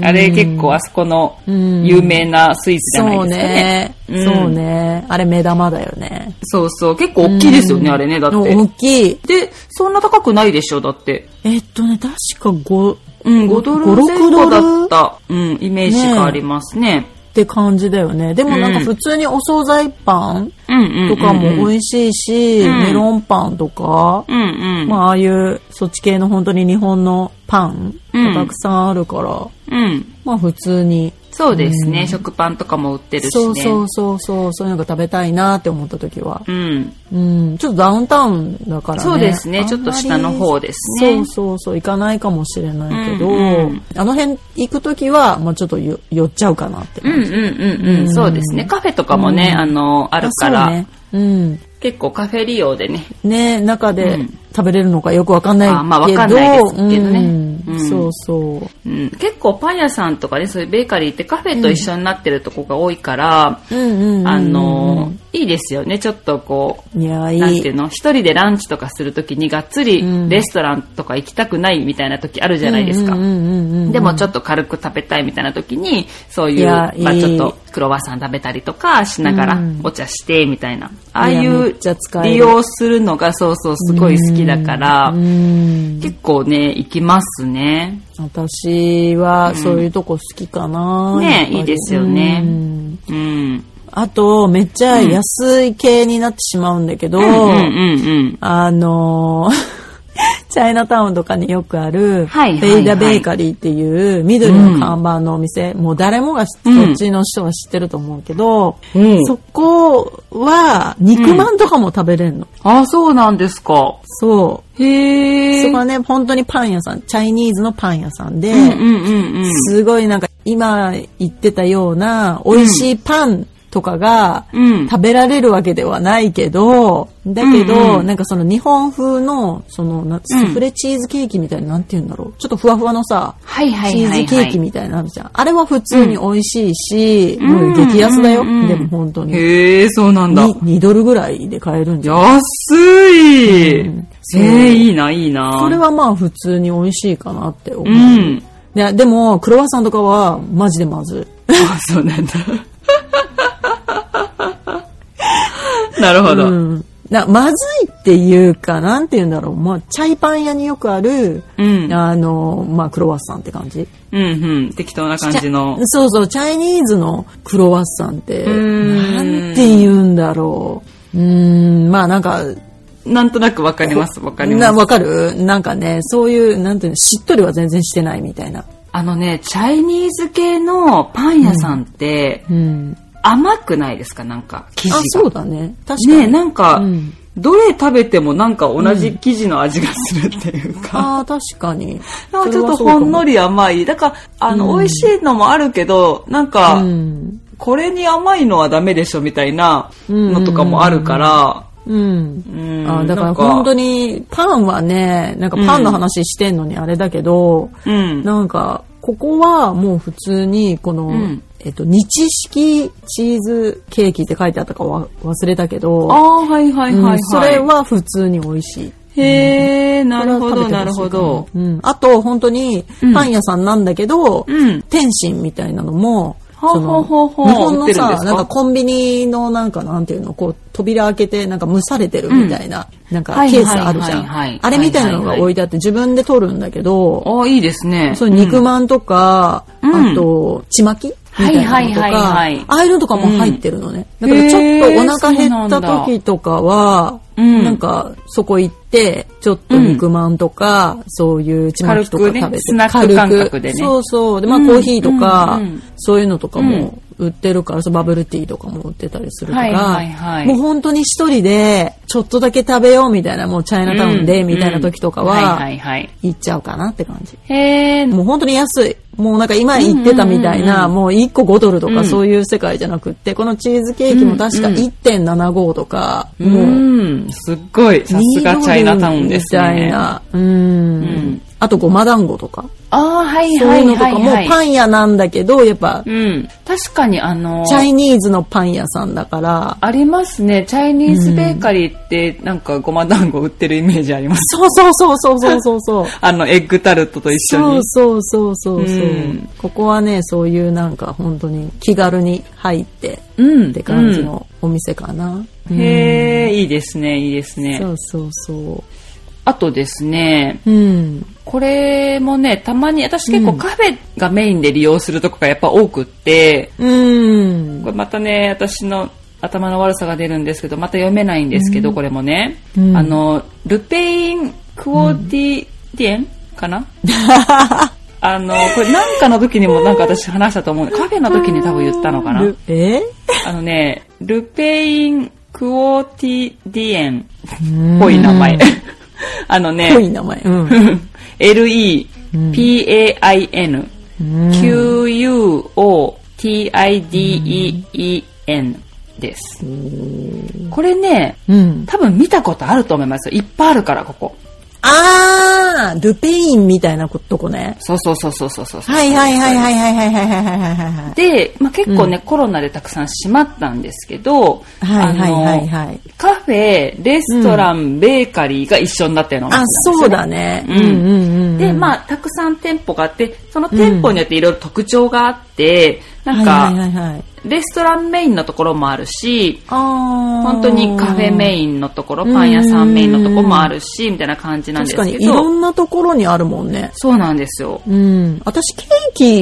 Speaker 1: ん。あれ結構あそこの
Speaker 2: うん
Speaker 1: 有名なスイーツじゃな
Speaker 2: そう
Speaker 1: いですかね
Speaker 2: ね。。
Speaker 1: ん
Speaker 2: そう。ね。あれ目玉だよね。
Speaker 1: そうそう。結構大きいですよね、あれね。だっ
Speaker 2: 大
Speaker 1: て。
Speaker 2: きい。
Speaker 1: で、そんな高くないでしょ、だって。
Speaker 2: えっとね、確か5っ
Speaker 1: うん、5ドル
Speaker 2: 5 6
Speaker 1: 前後だ
Speaker 2: ド
Speaker 1: っ
Speaker 2: ル
Speaker 1: た、うん、イメージがありますね。
Speaker 2: て感じだよね。でもなんか
Speaker 1: うん
Speaker 2: 普通にお惣菜パン
Speaker 1: うんうんうんうん。
Speaker 2: とかも美味しいし、
Speaker 1: うん
Speaker 2: メロンパンとか、
Speaker 1: うんうん。
Speaker 2: まあああいうそっち系の本当に日本のパン
Speaker 1: うん
Speaker 2: がたくさんあるから、
Speaker 1: うん。
Speaker 2: まあ普通に
Speaker 1: そうですね、食パンとかも売ってるしね。
Speaker 2: そうそうそうそう、そういうのが食べたいなって思った時は。
Speaker 1: うん。
Speaker 2: うん、ちょっとダウンタウンだからね。
Speaker 1: そうですね
Speaker 2: あんまり
Speaker 1: ちょっと下の方ですね
Speaker 2: そうそうそう、行かないかもしれないけど、
Speaker 1: うんうん
Speaker 2: あの辺行く時は、まあちょっとよ寄っちゃうかなって。
Speaker 1: うんうんうんうん、そうですね。カフェとかもね、あの、あるから、
Speaker 2: あそうね。
Speaker 1: 結構カフェ利用でね、
Speaker 2: うん。ね中で
Speaker 1: うん
Speaker 2: 食べれるのかよくわかんないけど。
Speaker 1: あまあわかんないですけどね
Speaker 2: うん
Speaker 1: うん
Speaker 2: そうそう。
Speaker 1: うん、結構パン屋さんとかね、そういうベーカリーってカフェと一緒になってるとこが多いから、
Speaker 2: うんうんうんうん
Speaker 1: あの、いいですよね。ちょっとこう、
Speaker 2: いや、い
Speaker 1: なんていう
Speaker 2: い。
Speaker 1: の一人でランチとかするときにがっつり
Speaker 2: うん
Speaker 1: レストランとか行きたくないみたいなときあるじゃないですか
Speaker 2: うん。うんうんうんうん
Speaker 1: でもちょっと軽く食べたいみたいな時に、そういう、
Speaker 2: いや
Speaker 1: まあ
Speaker 2: いい
Speaker 1: ちょっとクロワッサン食べたりとかしながら
Speaker 2: うん
Speaker 1: お茶してみたいな、ああい
Speaker 2: め
Speaker 1: う
Speaker 2: っちゃ使える
Speaker 1: 利用するのがそうそうすごい好きだから、
Speaker 2: うん
Speaker 1: 結構ね、行きますね。
Speaker 2: 私はそういうとこ好きかな。
Speaker 1: ねえ
Speaker 2: やっぱり
Speaker 1: いいですよね
Speaker 2: うん
Speaker 1: うん。
Speaker 2: あと、めっちゃ安い系になってしまうんだけど、
Speaker 1: うんうんうん。
Speaker 2: あの <laughs> ーチャイナタウンとかによくある、
Speaker 1: はいはいはい
Speaker 2: ベイダベーカリーっていう緑の看板のお店、もう誰もが知って、
Speaker 1: うん
Speaker 2: こっちの人は知ってると思うけど、
Speaker 1: うん
Speaker 2: そこは肉まんとかも食べれるの。
Speaker 1: ああ、そうなんですか。
Speaker 2: そう。
Speaker 1: へ
Speaker 2: そ
Speaker 1: え。
Speaker 2: こはね、本当にパン屋さん、チャイニーズのパン屋さんで、
Speaker 1: うんうんうんうん。
Speaker 2: すごいなんか今言ってたような美味しいパンとかが
Speaker 1: うん
Speaker 2: 食べられるわけではないけど、だけ
Speaker 1: うん
Speaker 2: ど、
Speaker 1: うん
Speaker 2: なんかその日本風の、そのなスフレチーズケーキみたいな、なんて言うんだろう。ちょっとふわふわのさ、
Speaker 1: はいはいはい、はい。
Speaker 2: チーズケーキみたいなのあるじゃん。あれは普通に美味しいし、
Speaker 1: うん
Speaker 2: もう激安だよ。
Speaker 1: うんうん
Speaker 2: でも本当に。
Speaker 1: へえ、そうなんだ。
Speaker 2: 2, ドルぐらいで買えるんじゃん。
Speaker 1: 安い、
Speaker 2: うん
Speaker 1: ええ、いいな、いいな。
Speaker 2: それはまあ普通に美味しいかなって思う。
Speaker 1: うん。
Speaker 2: ででも、クロワッサンとかはマジでまずい。
Speaker 1: あ、そうなんだ。なるほど。うん。
Speaker 2: うん、なまずいっていうかなんて言うんだろう、まあ、チャイパン屋によくある、
Speaker 1: うん、
Speaker 2: あのまあ、クロワッサンって感じ
Speaker 1: うん。適当な感じの。
Speaker 2: そうそうチャイニーズのクロワッサンって
Speaker 1: ん
Speaker 2: なんて言うんだろううーんまあなんか
Speaker 1: なんとなくわかります、わかり
Speaker 2: な
Speaker 1: ます。
Speaker 2: わかるなんかねそういうなんていうのしっとりは全然してないみたいな、
Speaker 1: あのね、チャイニーズ系のパン屋さんって
Speaker 2: うん、
Speaker 1: 甘くないですか、なんか、生地が。
Speaker 2: あそうだね確かに
Speaker 1: ねなんか、
Speaker 2: うん
Speaker 1: どれ食べてもなんか同じ生地の味がするっていうか。
Speaker 2: あー確かに
Speaker 1: なんかちょっとほんの
Speaker 2: り
Speaker 1: り甘い。だから、あの、美味しいのもあるけど、なんか、
Speaker 2: うん、
Speaker 1: これに甘いのはダメでしょみたいなのとかもあるから、
Speaker 2: うん
Speaker 1: うん
Speaker 2: あだから本当
Speaker 1: に、
Speaker 2: にパンはねなんかパンの話してんのにあれだけど、
Speaker 1: うん、
Speaker 2: なんかここはもう普通にこの、
Speaker 1: ん
Speaker 2: えっと、日式チーズケーキって書いてあったかわ忘れたけど、
Speaker 1: ああ、はいはいはい、は
Speaker 2: う
Speaker 1: い
Speaker 2: んそれ、は普通に美味しい。
Speaker 1: へえ、なるほど、なるほど。
Speaker 2: うん、あと本当に
Speaker 1: うん
Speaker 2: パン屋さんなんだけど、
Speaker 1: うん。
Speaker 2: 天津みたいなのも、
Speaker 1: ほう
Speaker 2: その
Speaker 1: ほうほうほう
Speaker 2: 日本
Speaker 1: 売って
Speaker 2: の
Speaker 1: るんで
Speaker 2: さ
Speaker 1: す、か
Speaker 2: なんかコンビニのなんかなんていうの、こう扉開けてなんか蒸されてるみたいな、なんか
Speaker 1: はいはい
Speaker 2: ケ
Speaker 1: はい
Speaker 2: ース
Speaker 1: はい
Speaker 2: あるじゃ
Speaker 1: はいはい
Speaker 2: ん。あれみたいなのが置いてあって自分で取るんだけど、
Speaker 1: ああ、いいですね。
Speaker 2: そういう肉まんとか、
Speaker 1: うん
Speaker 2: あと、ちまきみたいなのと
Speaker 1: はいはい
Speaker 2: か、ああ
Speaker 1: はいはい
Speaker 2: いうのとかも入ってるのね。
Speaker 1: うん
Speaker 2: だからち
Speaker 1: へ
Speaker 2: ょ
Speaker 1: ー
Speaker 2: っとお腹減った時とかは、
Speaker 1: うん
Speaker 2: なんかそこ行って、ちょっと肉まんとか、そういうちまきとか食べて。
Speaker 1: 軽くねスナック感覚でね
Speaker 2: そうそう。で、まあ
Speaker 1: うん
Speaker 2: コーヒーとか
Speaker 1: うんうん、
Speaker 2: そういうのとかも売ってるから、そうバブルティーとかも売ってたりするか
Speaker 1: はい
Speaker 2: ら
Speaker 1: はいはい、
Speaker 2: もう本当に一人で、ちょっとだけ食べようみたいな、もうチャイナタウンでみたいな時とか
Speaker 1: うんうん
Speaker 2: は
Speaker 1: はい、はいはい。
Speaker 2: 行っちゃうかなって感じ。
Speaker 1: へえ、
Speaker 2: もう本当に安い。もうなんか今言ってたみたいな、もう1個5ドルと
Speaker 1: うん
Speaker 2: かそういう世界じゃなくって、このチーズケーキも確か
Speaker 1: うんうん
Speaker 2: 1.75とか、
Speaker 1: う
Speaker 2: もう、
Speaker 1: ん、すっごい、さすがチャイナタウンですね。
Speaker 2: みたいな。うん。
Speaker 1: ん
Speaker 2: あとごま団子とか、
Speaker 1: ああ、はい
Speaker 2: そう
Speaker 1: はいいう
Speaker 2: のと
Speaker 1: は
Speaker 2: か
Speaker 1: い、
Speaker 2: も
Speaker 1: はい。
Speaker 2: パン屋なんだけど、やっぱ、
Speaker 1: うん。確かにあの、
Speaker 2: チャイニーズのパン屋さんだから、
Speaker 1: ありますね。チャイニーズベーカリーって、なんかごま団子売ってるイメージあります。
Speaker 2: そうそうそうそうそうそうそう。
Speaker 1: あの、エッグタルトと一緒に。
Speaker 2: そうそうそうそうそう、
Speaker 1: うん
Speaker 2: ここはね、そういうなんか本当に気軽に入って
Speaker 1: うん。
Speaker 2: って感じのお店かな。
Speaker 1: うん。へえ、いいですね、いいですね。
Speaker 2: そうそうそ
Speaker 1: あとですね、
Speaker 2: う。うん。
Speaker 1: これもね、たまに、私結構カフェがメインで利用するとこがやっぱ多くって、
Speaker 2: うん
Speaker 1: こ。れまたね、私の頭の悪さが出るんですけど、また読めないんですけど、これもね、
Speaker 2: うん <laughs>
Speaker 1: あの、ルペイン・クオーティ・ディエンかな、あの、これなんかの時にもなんか私話したと思うんで、カフェの時に多分言ったのかな。
Speaker 2: ルえ
Speaker 1: あのね、ルペイン・クオーティディエンっぽい名
Speaker 2: <laughs>
Speaker 1: 前。あのね <laughs>
Speaker 2: 濃、い名前。うん。
Speaker 1: LEPAIN、QUOTIDEEN です。これね、
Speaker 2: うん。
Speaker 1: 多分見たことあると思いますよ。いっぱいあるから、ここ。
Speaker 2: あー、ルペインみたいなことこね。
Speaker 1: そうそうそうそうそうそう。
Speaker 2: はいはいはいはいはいはいはいはいはいはいはい。
Speaker 1: で、まあ、結構ね、コロナでたくさん閉まったんですけど、
Speaker 2: はいはいはい
Speaker 1: あの
Speaker 2: はい。
Speaker 1: カフェ、レストラン、ベーカリーが一緒になったようなお店なん
Speaker 2: あ、
Speaker 1: ですよ
Speaker 2: そうだね。
Speaker 1: う
Speaker 2: うんんうんうん。
Speaker 1: で、まあ、たくさん店舗があって、その店舗によっていろいろ特徴があって、なんか、
Speaker 2: はいはいはいはい。
Speaker 1: レストランメインのところもあるし、
Speaker 2: あー
Speaker 1: 本当にカフェメインのところ、パン屋さんメインのところもあるし、みたいな感じなんです
Speaker 2: 確かに、
Speaker 1: け
Speaker 2: いろ
Speaker 1: ど、
Speaker 2: んなところにあるもんね。
Speaker 1: そうなんですよ。
Speaker 2: うん。私、ケ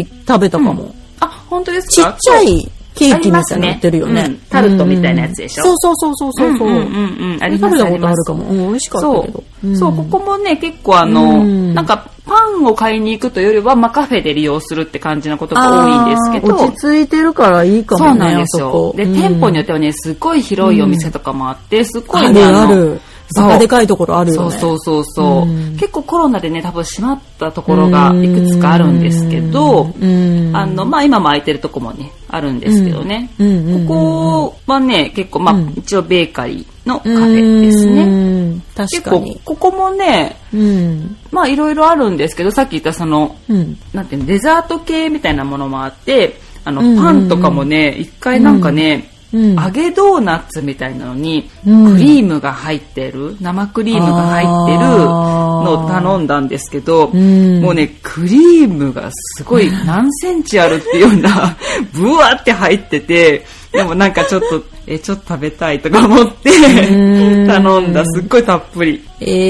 Speaker 2: ーキ食べたかも。
Speaker 1: あ、本当です
Speaker 2: ち
Speaker 1: か
Speaker 2: っちゃいケーキみたいなの売ってるよね
Speaker 1: ありますねうんタルトみたいなやつでしょ
Speaker 2: うんそうそうそうそうそう。
Speaker 1: うんうんうんありま
Speaker 2: 食
Speaker 1: す
Speaker 2: べたことあるかも。うん、美味しかった
Speaker 1: そ
Speaker 2: けど。
Speaker 1: う。そう、ここもね、結構あの、
Speaker 2: うん
Speaker 1: なんか、パンを買いに行くというよりは、まあ、カフェで利用するって感じのことが多いんですけど、
Speaker 2: あー落ち着いてるからいいかもね。
Speaker 1: そうなんです
Speaker 2: あそ
Speaker 1: よ
Speaker 2: こ。
Speaker 1: で、
Speaker 2: うん
Speaker 1: 店舗によってはね、すごい広いお店とかもあって、すご
Speaker 2: あ
Speaker 1: い
Speaker 2: る
Speaker 1: ね、
Speaker 2: あ
Speaker 1: の
Speaker 2: る。
Speaker 1: そう
Speaker 2: バカでかいところある
Speaker 1: そ
Speaker 2: よ
Speaker 1: う
Speaker 2: ね。
Speaker 1: そうそうそう、
Speaker 2: うん
Speaker 1: 結構コロナでね、多分閉まったところがいくつかあるんですけど、
Speaker 2: うん
Speaker 1: あの、まあ、今も空いてるとこもね、あるんですけどね。
Speaker 2: うんうん
Speaker 1: ここはね、結構、まあ、
Speaker 2: うん
Speaker 1: 一応ベーカリーのカフェですね。
Speaker 2: ね。確
Speaker 1: 結
Speaker 2: か
Speaker 1: 構
Speaker 2: に、。
Speaker 1: ここもね、
Speaker 2: うん。
Speaker 1: まあ、いろいろあるんですけど、さっき言ったその、
Speaker 2: うん。
Speaker 1: なんていうのデザート系みたいなものもあって、あの、
Speaker 2: うんうんうん
Speaker 1: パンとかもね、一回なんかね、
Speaker 2: うん
Speaker 1: 揚げドーナツみたいなのに、
Speaker 2: うん
Speaker 1: クリームが入ってる、生クリームが入ってる
Speaker 2: あー
Speaker 1: のを頼んだんですけど、
Speaker 2: ん
Speaker 1: もうね、クリームがすごい何センチあるっていうような、 <laughs> ブワーって入ってて、でもなんかちょっと、 <laughs> え、ちょっと食べたいとか思って、
Speaker 2: うん
Speaker 1: 頼んだ、すっごいたっぷり。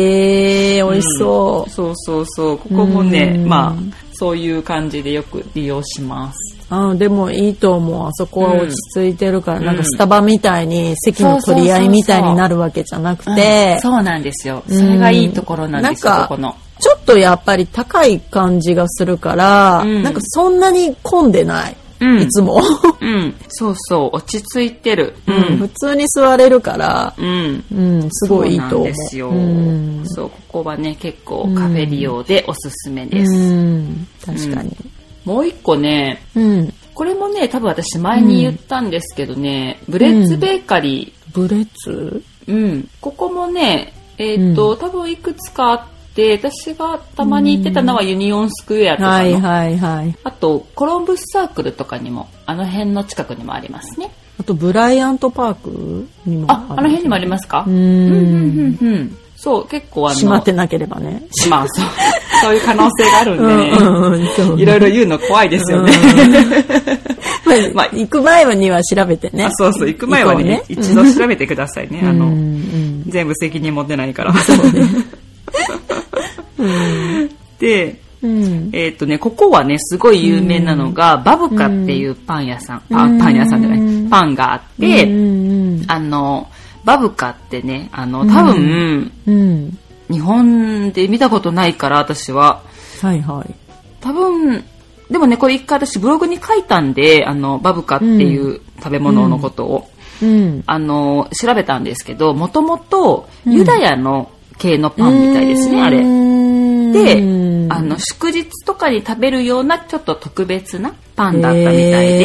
Speaker 2: ええー、美味しそう。
Speaker 1: そうそうそう。ここもね、
Speaker 2: うん
Speaker 1: まあ、そういう感じでよく利用します。
Speaker 2: あでもいいと思う。あそこは落ち着いてるから、
Speaker 1: うん
Speaker 2: なんかスタバみたいに席の取り合いみたいになるわけじゃなくて、
Speaker 1: そうなんですよ。それがいいところなんですよ、
Speaker 2: うんなんか
Speaker 1: ここの。
Speaker 2: ちょっとやっぱり高い感じがするから、
Speaker 1: うん
Speaker 2: なんかそんなに混んでない。
Speaker 1: うん
Speaker 2: いつも、
Speaker 1: うん。そうそう、落ち着いてる。う
Speaker 2: <laughs> 普
Speaker 1: ん。
Speaker 2: 通に座れるから、
Speaker 1: うん。
Speaker 2: うん、すごいいいと思う。
Speaker 1: そうなんですよ。
Speaker 2: うん
Speaker 1: そう、ここはね、結構カフェ利用でおすすめです。
Speaker 2: うん確かに。
Speaker 1: もう一個ね、
Speaker 2: うん。
Speaker 1: これもね、多分私前に言ったんですけどね、ブレッツベーカリー、
Speaker 2: ブレツ
Speaker 1: うん、ここもね、えっ、と、多分いくつかあって、私がたまに行ってたのはユニオンスクエアとか
Speaker 2: は
Speaker 1: の、
Speaker 2: いはいはい。
Speaker 1: あとコロンブスサークルとかにも、あの辺の近くにもありますね。
Speaker 2: あと、ブライアントパークにも
Speaker 1: あ、あの辺にもありますか
Speaker 2: う
Speaker 1: うんうん
Speaker 2: ん。
Speaker 1: うんうん。そう、結構あの、
Speaker 2: 閉まってなければね。
Speaker 1: まあそう、そういう可能性があるんでね。
Speaker 2: うんうん、そう
Speaker 1: いろいろ言うの怖いですよね。ま
Speaker 2: ま
Speaker 1: あ
Speaker 2: あ、行く前には調べてね。
Speaker 1: あ <laughs> そうそう、行く前はね
Speaker 2: 行こう
Speaker 1: 一度調べてくださいね。あの、
Speaker 2: うんうん
Speaker 1: 全部責任持てないから。で、
Speaker 2: うん。
Speaker 1: えっ、とね、ここはね、すごい有名なのが、バブカっていうパン屋さん、あ、パン屋さんじゃない、パンがあって、
Speaker 2: うん
Speaker 1: あの、バブカってね、あの、多分、
Speaker 2: うん。うん。
Speaker 1: 日本で見たことないから、私は。
Speaker 2: はいはい。
Speaker 1: 多分、でもね、これ一回私ブログに書いたんで、あの、バブカっていう食べ物のことを。
Speaker 2: うん。
Speaker 1: あの、調べたんですけど、もともとユダヤの系のパンみたいですね、あれ。で、あの、祝日とかに食べるようなちょっと特別なパンだったみたいで、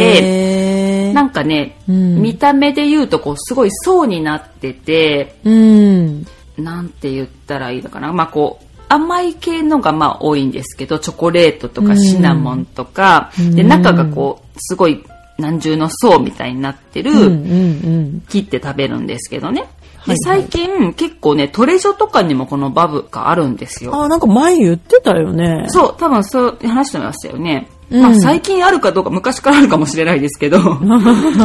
Speaker 2: で
Speaker 1: なんかね、
Speaker 2: うん
Speaker 1: 見た目で言うとこう、すごい層になってて、
Speaker 2: うん。
Speaker 1: なんて言ったらいいのかな、まあこう、甘い系のがまあ多いんですけど、チョコレートとかシナモンとか、で、中がこう、すごい何重の層みたいになってる、
Speaker 2: うんうん
Speaker 1: 切って食べるんですけどね。
Speaker 2: はいは
Speaker 1: で
Speaker 2: い
Speaker 1: 最近結構ね、トレジョとかにもこのバブがあるんです
Speaker 2: うん。
Speaker 1: よ。
Speaker 2: あ、なんか前言ってたよね。
Speaker 1: そう、多分そう話してましたよね。
Speaker 2: うん
Speaker 1: まあ最近あるかどうか昔からあるかもしれないです
Speaker 2: <laughs>
Speaker 1: けど、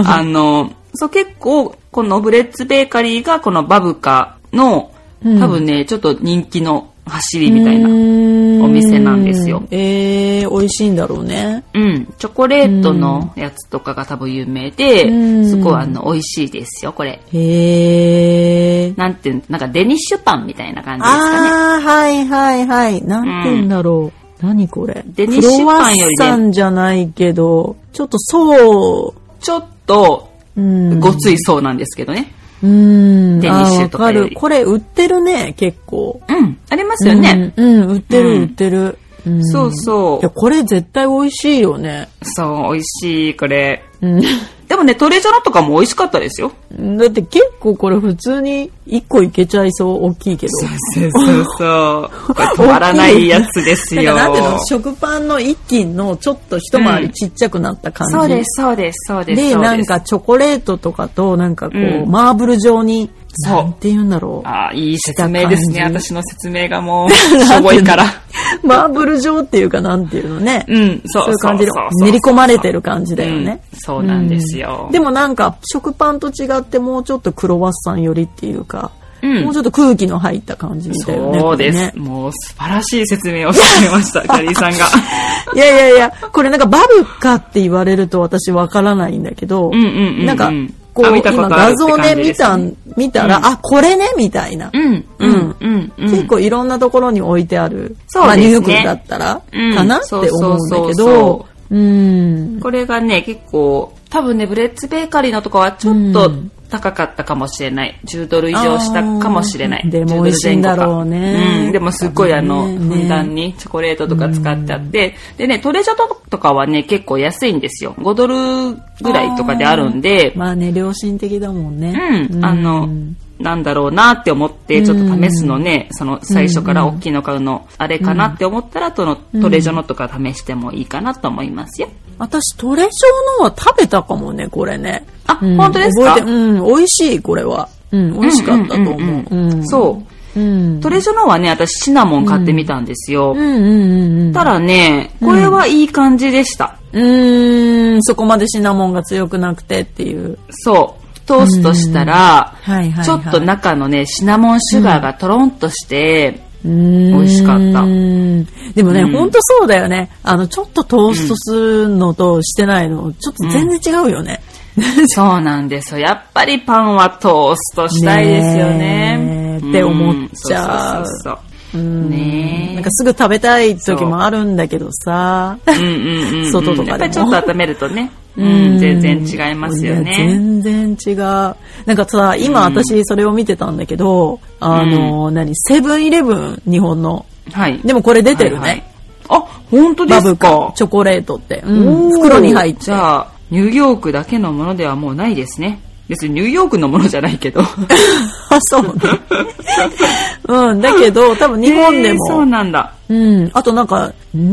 Speaker 1: あの、そう結構このブレッツベーカリーがこのバブカの多分ね、ちょっと人気の走りみたいな。
Speaker 2: お
Speaker 1: お店なんですよ
Speaker 2: えー、美味しいんだろうね。
Speaker 1: うん、チョコレートのやつとかが多分有名
Speaker 2: う
Speaker 1: で、
Speaker 2: ん
Speaker 1: すごいあの美味しいですよ、これ。
Speaker 2: へー。
Speaker 1: なんていうのなんかデニッシュパンみたいな感じですかね。
Speaker 2: あー、はいはいはい。なんて言うんだろう。何これ
Speaker 1: デニッ
Speaker 2: ク
Speaker 1: シュ
Speaker 2: ロワ
Speaker 1: パンよりね
Speaker 2: ッサンじゃないけど、ちょっとそう、
Speaker 1: ちょっと、
Speaker 2: うん。
Speaker 1: ごついそうなんですけどね。
Speaker 2: うん。
Speaker 1: デニッシュとか
Speaker 2: あ
Speaker 1: よ
Speaker 2: ー
Speaker 1: り
Speaker 2: わる。これ売ってるね、結構。
Speaker 1: うん、ありますよね。
Speaker 2: うん、うん売って
Speaker 1: う
Speaker 2: る、
Speaker 1: ん
Speaker 2: 売ってる。うん
Speaker 1: そうそ
Speaker 2: いや、
Speaker 1: う。
Speaker 2: これ絶対美味しいよね。
Speaker 1: そう、美味しい、これ。
Speaker 2: うん。 <laughs>
Speaker 1: でもね、トレジャラとかも美味しかったですよ。
Speaker 2: だって結構これ普通に1個いけちゃいそう、大きいけど。
Speaker 1: そうそうそう。これ止まらないやつです
Speaker 2: なん
Speaker 1: よ。
Speaker 2: か <laughs> なんていうの食パンの一斤のちょっと一回りちっちゃくなった感じ。
Speaker 1: そうです、そうです、そうです。
Speaker 2: で、
Speaker 1: そう
Speaker 2: なん
Speaker 1: す
Speaker 2: かチョコレートとかと、なんかこう、
Speaker 1: うん
Speaker 2: マーブル状に、
Speaker 1: そう
Speaker 2: なんて言うんだろう。
Speaker 1: ああ、いい説明ですね。
Speaker 2: した感
Speaker 1: 私の説明がもう、すごいから。
Speaker 2: <laughs> マーブル状っていうか、なんていうのね。
Speaker 1: うん、そう
Speaker 2: そういう感じで
Speaker 1: そうそう、そう
Speaker 2: 練り込まれてる感じだよね。
Speaker 1: うんそうなんですよ。
Speaker 2: でもなんか、食パンと違ってもうちょっとクロワッサン寄りっていうか、
Speaker 1: うん
Speaker 2: もうちょっと空気の入った感じだよね。
Speaker 1: そうです、
Speaker 2: これね
Speaker 1: もう素晴らしい説明をしてくれま
Speaker 2: <laughs>
Speaker 1: した、カリーさんが。
Speaker 2: いやいやいや、これなんかバブかって言われると私わからないんだけ
Speaker 1: う
Speaker 2: ど、
Speaker 1: んうんうんうん
Speaker 2: なんか、こ
Speaker 1: あ
Speaker 2: う、
Speaker 1: 見たこ
Speaker 2: 今
Speaker 1: とあるっ
Speaker 2: 画
Speaker 1: て感
Speaker 2: 像で
Speaker 1: じ
Speaker 2: 見
Speaker 1: です
Speaker 2: た、見たら、あ、これね、みたいな。
Speaker 1: うん、うん、うん、うん。
Speaker 2: 結構いろんなところに置いてある。
Speaker 1: そう
Speaker 2: まあ
Speaker 1: ですね
Speaker 2: ニューヨークだったら、
Speaker 1: うん
Speaker 2: かなって思うんだ
Speaker 1: そうそうそ
Speaker 2: け
Speaker 1: うそ
Speaker 2: ど、うん。
Speaker 1: これがね、結構、多分ね、ブレッツベーカリーのとかはちょっと高かったかもしれない。10ドル以上したかもしれな
Speaker 2: あー
Speaker 1: い。
Speaker 2: でも
Speaker 1: 10
Speaker 2: 美味しいんだろうね
Speaker 1: ドル前後かうん、でもすっごいあの、
Speaker 2: ね
Speaker 1: ふんだんにチョコレートとか使ってあって、でね、トレジャーとかはね、結構安いんですよ。5ドルぐらいとかであるんで、
Speaker 2: まあね、良心的だもんね。
Speaker 1: うん、あの、なんだろうなって思って、ちょっと試すのね、その最初から大きいの買うの、あれかなって思ったら、そのトレジョのとか試してもいいかなと思いますよ。
Speaker 2: 私、トレジョーのは食べたかもね、これね。
Speaker 1: あ、
Speaker 2: うん
Speaker 1: 本当ですか
Speaker 2: 覚えてうん、美味しい、これは。うん、美味しかったと思う。うん
Speaker 1: そう。
Speaker 2: うん。
Speaker 1: トレジョのはね、私シナモン買ってみたんですよ。
Speaker 2: うんうんうんうん。
Speaker 1: たらね、これはいい感じでした。
Speaker 2: うーん、そこまでシナモンが強くなくてっていう。
Speaker 1: そう。トーストしたら、
Speaker 2: うんはいはいはい
Speaker 1: ちょっと中のね、シナモンシュガーがトロンとして、
Speaker 2: 美
Speaker 1: 美味しかった
Speaker 2: でもね、
Speaker 1: うん
Speaker 2: ほんとそうだよね。あの、ちょっとトーストするのとしてないの、ちょっと全然違うよね。
Speaker 1: そうなんですよ。やっぱりパンはトーストしたいですよね。
Speaker 2: ねえって思っちゃうん
Speaker 1: そうそうそうそう
Speaker 2: うん
Speaker 1: ねえ
Speaker 2: なんかすぐ食べたい時もあるんだけどさ。
Speaker 1: うんうんうんうん
Speaker 2: 外とかでも
Speaker 1: やっぱりちょっと温めるとね、うん、全然違いますよ
Speaker 2: いや
Speaker 1: ね。
Speaker 2: 全然違う。なんかさ、今私それを見てたんだけど、あの、何、セブンイレブン、日本の。
Speaker 1: はい。
Speaker 2: でもこれ出てるね。
Speaker 1: はいはいあ、本当で
Speaker 2: バ
Speaker 1: す
Speaker 2: ブカ
Speaker 1: か。
Speaker 2: チョコレートって、う
Speaker 1: お
Speaker 2: ん
Speaker 1: ー
Speaker 2: 袋に入って
Speaker 1: じゃあ、ニューヨークだけのものではもうないですね。別にニューヨークのものじゃない <laughs> けど。
Speaker 2: あそうね <laughs> うんだけど多分日本で
Speaker 1: <laughs> えーそう
Speaker 2: も、
Speaker 1: なんだ。
Speaker 2: うんあとなんかん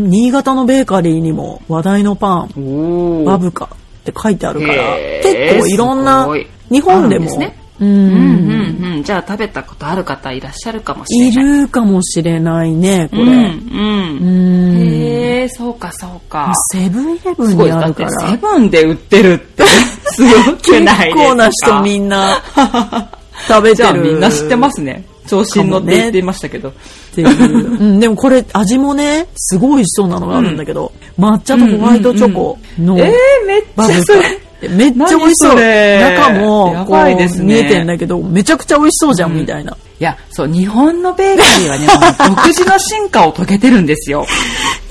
Speaker 2: 新潟のベーカリーにも話題のパン
Speaker 1: おー
Speaker 2: バブカって書いてあるから、
Speaker 1: へー
Speaker 2: 結構いろんな
Speaker 1: すごい
Speaker 2: 日本で
Speaker 1: あるんで
Speaker 2: も
Speaker 1: すね
Speaker 2: う
Speaker 1: うんうん
Speaker 2: ん
Speaker 1: うん。じゃあ食べたことある方いらっしゃるかもしれ
Speaker 2: い
Speaker 1: ない。
Speaker 2: るかもしれないねこれ、
Speaker 1: うんうん。
Speaker 2: うん
Speaker 1: へえ、そうかそうか。
Speaker 2: セブンイレブ
Speaker 1: す
Speaker 2: ン
Speaker 1: ごい、
Speaker 2: に
Speaker 1: だ
Speaker 2: あ
Speaker 1: っ
Speaker 2: る
Speaker 1: て
Speaker 2: か
Speaker 1: セ
Speaker 2: ら
Speaker 1: ブンで売ってる <laughs> って、すごくないです
Speaker 2: 結
Speaker 1: か
Speaker 2: 構な人みんな食べ
Speaker 1: <laughs> じゃ
Speaker 2: て
Speaker 1: あ
Speaker 2: る
Speaker 1: みんな知ってますね。調子に乗って言っていましたけど。
Speaker 2: っていう、うん、でもこれ味もねすごい一緒なのがあるんだけど、抹茶とホワイトチョコの
Speaker 1: えー、めっち
Speaker 2: バ
Speaker 1: ゃ
Speaker 2: ブ
Speaker 1: そ
Speaker 2: カ
Speaker 1: れ。
Speaker 2: めっちゃ美味しそう
Speaker 1: 何それ
Speaker 2: 中も
Speaker 1: や
Speaker 2: こう
Speaker 1: ばいですね
Speaker 2: 見えてんだけどめちゃくちゃ美味しそうじゃんみたいな、
Speaker 1: いや、そう、日本のベーカリーはね、もう独自の進化を遂げてるんです
Speaker 2: <laughs>
Speaker 1: よ。